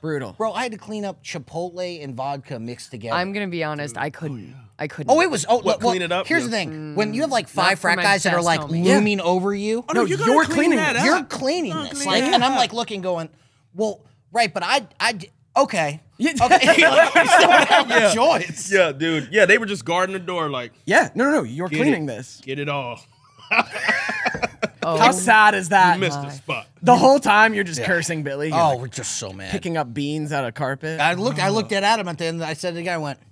A: Brutal.
D: bro, I had to clean up Chipotle and vodka mixed together.
C: I'm gonna be honest. I couldn't. I couldn't.
D: Oh, it was. Oh, look, well,
B: clean it up?
D: Here's
B: Yeah.
D: the
A: Mm,
D: thing: when you have like five
C: for
D: frat
C: my
D: guys that are
C: best
D: like
C: homie.
D: looming over you,
B: Oh, no,
A: No,
B: you're, gonna
A: you're
B: clean
A: cleaning
B: that
A: it.
B: up.
D: you're cleaning
B: Not
D: this.
B: clean
D: Like,
B: it
D: and I'm like looking, going, well, right, but I, I, d- okay, okay. Like, I still have a choice.
B: Yeah, dude. Yeah, they were just guarding the door, like
A: Yeah, no, no, no. You're
B: get
A: cleaning
B: it,
A: this.
B: Get it all.
C: Oh,
A: How sad is that?
B: Missed the spot.
A: The whole time you're just cursing Billy. You're
D: Oh,
A: like
D: we're just so mad.
A: picking up beans out of carpet.
D: I looked, I looked at Adam at the end. I said to the guy, I went,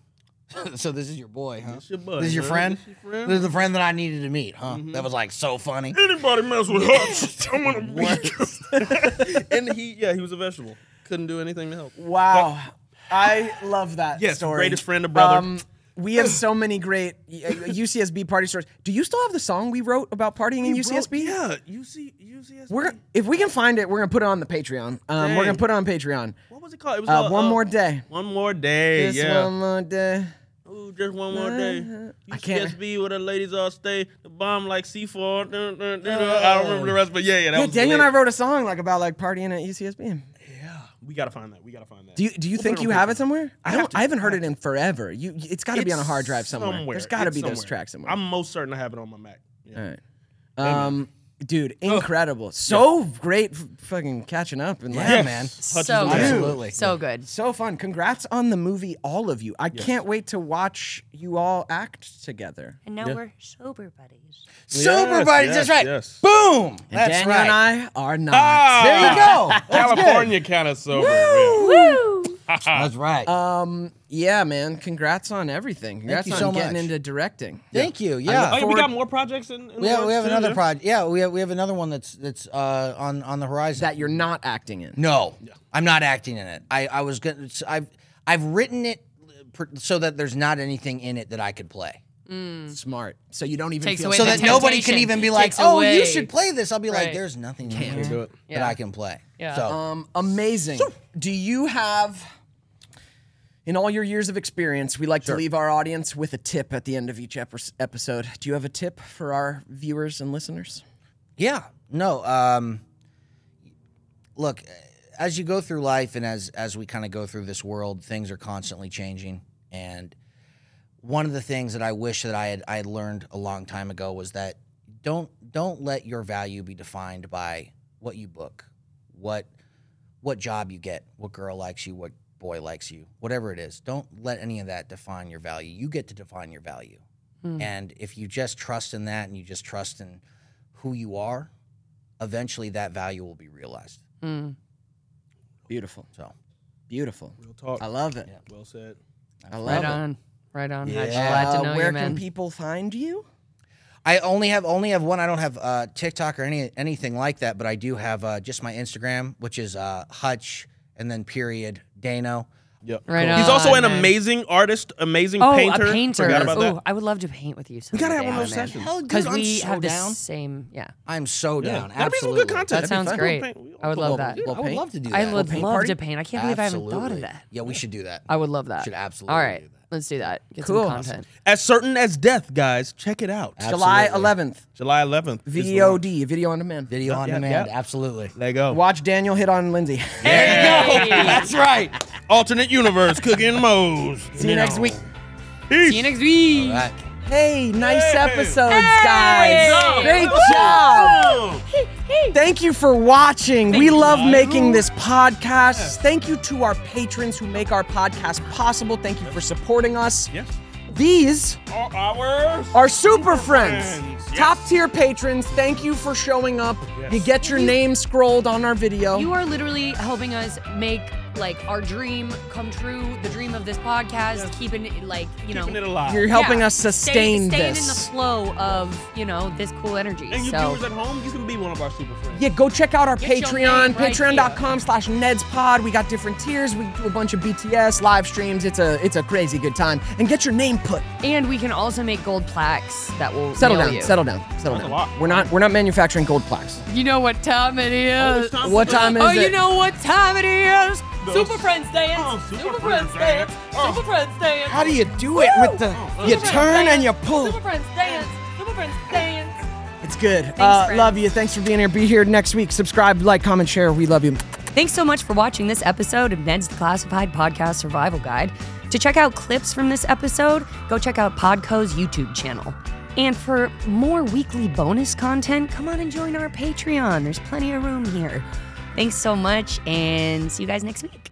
D: so this is your boy, huh?
B: your buddy,
D: this is your
B: huh?
D: friend. Mm-hmm.
B: This
D: This,
B: your friend?"
D: is the friend that I needed to meet, huh? That was like so funny.
B: Anybody mess with us, I'm gonna beat you. and he, yeah, he was a vegetable. Couldn't do anything to help.
A: Wow. I love that
B: Yes,
A: story. Um,
B: greatest friend of brother.
A: we have so many great uh, UCSB party stories. Do you still have the song we wrote about partying in UCSB?
B: yeah, UC, UCSB.
A: We're if we can find it, we're gonna put it on the Patreon. Um, we're
B: Dang.
A: gonna put it on Patreon.
B: what was it called? It was
A: Uh,
B: called,
A: one more day.
B: One more day.
A: Just
B: yeah.
A: one more day.
B: Ooh, just one more day.
A: I can't-
B: UCSB where the ladies all stay. The bomb like C4. dun, dun, dun. I don't remember the rest, but yeah, yeah. That
A: Oh. Yeah,
B: was
A: Daniel and I
B: lit.
A: wrote a song like about like partying at UCSB.
B: We gotta find that. We gotta find that.
A: Do you do you think
B: on
A: you have
B: Patreon.
A: it somewhere? I
B: have
A: don't.
B: to.
A: I haven't heard it in forever. You, it's got to be on a
B: It's
A: hard drive somewhere. There's got to
B: It's
A: be those
B: somewhere.
A: tracks somewhere.
B: I'm most certain I have it on my Mac. Yeah.
A: All right. Um, dude, incredible. So great f- fucking catching up and like,
D: Yeah, man.
C: so
B: Hutchins
C: good.
B: and
D: Absolutely.
C: So good.
A: so fun. Congrats on the movie, all of you. I can't wait to watch you all act together.
F: And now we're sober buddies.
D: Sober
B: Yes,
D: buddies,
B: yes,
D: that's right.
B: yes.
D: Boom. that's
A: Daniel
D: right.
A: and I are not.
B: Ah!
D: there you go.
B: California kind of sober. yeah.
F: Woo!
D: That's right.
A: Yeah, man. Congrats on everything. Congrats
D: you
A: on
D: so
A: getting
D: much.
A: into directing.
D: Thank you.
B: Oh,
D: Yeah.
B: yeah, we got more projects in. in
D: We have, we
B: works
D: have
B: too,
D: another
B: yeah.
D: project. Yeah, we have, we have another one that's that's uh, on on the horizon.
A: That you're not acting in.
D: No, I'm not acting in it. I, I was gonna. so I've I've written it per- so that there's not anything in it that I could play,
A: Smart. So you don't even
C: Takes
A: feel
C: away
D: so
C: the
D: that nobody
C: temptation
D: can even be like,
C: takes
D: "Oh, you
C: away."
D: should play this." I'll be like,
C: Right.
D: "There's nothing in here
B: Do it.
D: that I can play."
C: Yeah.
D: So
A: Um, amazing. Do you have, in all your years of experience, we like to leave our audience with a tip at the end of each epi- episode. Do you have a tip for our viewers and listeners?
D: Yeah. No. Um, look, as you go through life, and as as we kind of go through this world, things are constantly changing. And one of the things that I wish that I had I had learned a long time ago was that don't don't let your value be defined by what you book, what what job you get, what girl likes you, what boy likes you, whatever it is. Don't let any of that define your value. You get to define your value. And if you just trust in that and you just trust in who you are, eventually that value will be realized.
C: Mm,
A: Beautiful.
D: So
A: Beautiful.
B: We'll talk.
A: I love it.
B: Well said.
A: I
C: Right
A: love it.
C: on. Right on. Yeah.
D: Yeah.
C: Glad to know
A: Uh, where
C: you,
A: can
C: man.
A: people find you?
D: I only have only have one. I don't have uh, TikTok or any anything like that, but I do have uh, just my Instagram, which is uh, Hutch and then period Dano.
B: Yep.
C: Right
B: He's also
C: on,
B: an
C: man.
B: amazing artist, amazing
C: oh,
B: painter.
C: a painter. Oh,
B: Forgot about
C: Ooh,
B: that.
C: I would love to paint with you.
B: We gotta have one of those sessions.
C: Because
D: I'm
C: we
D: so
C: have the
D: down.
C: same. Yeah.
D: I'm so
B: Yeah. That'd
D: down.
B: be some
D: Absolutely.
B: good content. That'd
C: That
B: be
C: sounds
B: fun.
C: great.
B: We'll paint-
C: I would
A: we'll-
C: love that.
A: we'll
D: I would
A: paint.
D: love to do that.
C: I would
A: paint
C: love
A: party?
C: to paint. I can't believe I haven't thought of
D: Absolutely.
C: that.
D: Yeah, we should do that.
C: I would love that.
D: Should absolutely
C: All right,
D: do that.
C: let's do that. Get
A: Cool.
C: some content.
B: As certain as death, guys. Check it out.
A: July
D: Absolutely.
A: 11th,
B: July 11th. is the launch.
A: VOD, video on demand.
D: Video on
B: yeah,
D: demand.
B: yeah.
D: Absolutely.
B: There you go.
A: Watch Daniel hit on Lindsay.
B: That's right. Alternate universe, cooking Moe's.
A: See you next week.
C: See you next week.
D: All right.
A: Hey, nice
B: Hey.
A: episodes, guys. Great job. Thank you for watching. we love making this podcast. Thank you to our patrons who make our podcast possible. Thank you for supporting us.
B: Yes.
A: These
B: All hours.
A: are super friends,
B: friends, yes.
A: top tier patrons. Thank you for showing up. You get your name scrolled on our video.
C: You are literally helping us make like our dream come true, the dream of this podcast, keeping it like you know,
B: Keeping it alive.
A: You're helping
C: yeah,
A: us sustain
C: stay, staying
A: this.
C: in the flow of you know this cool energy.
B: and you
C: so
B: viewers at home, you can be one of our super friends.
A: Yeah, go check out our
C: Get your
A: Patreon,
C: name right
A: patreon.com slash nedspod. We got different tiers. We do a bunch of BTS live streams. It's a it's a crazy good time. And get your name put.
C: and we can also make gold plaques that will
A: Settle
C: nail
A: down,
C: You.
A: settle down, settle
B: That's a
A: down.
B: lot.
A: We're not we're not manufacturing gold plaques.
C: You know what time it is.
B: it's time
A: What time is
C: oh,
A: it?
C: you know what time it is?
B: The
C: Super
B: s-
C: Friends dance.
B: Oh, Super
C: Super
B: Friends
C: Friends dance.
B: dance. Oh.
C: Super Friends dance.
A: How do you do it with the you
C: Super Friends
A: turn and
C: dance.
A: you
B: Oh.
A: pull?
C: Super Friends dance. Super Friends dance.
A: It's good. uh,
C: friend.
A: love you. Thanks for being here. Be here next week. Subscribe, like, comment, share. We love you.
C: Thanks so much for watching this episode of Ned's Classified Podcast Survival Guide. To check out clips from this episode, go check out Podco's YouTube channel. And for more weekly bonus content, come on and join our Patreon. There's plenty of room here. Thanks so much, and see you guys next week.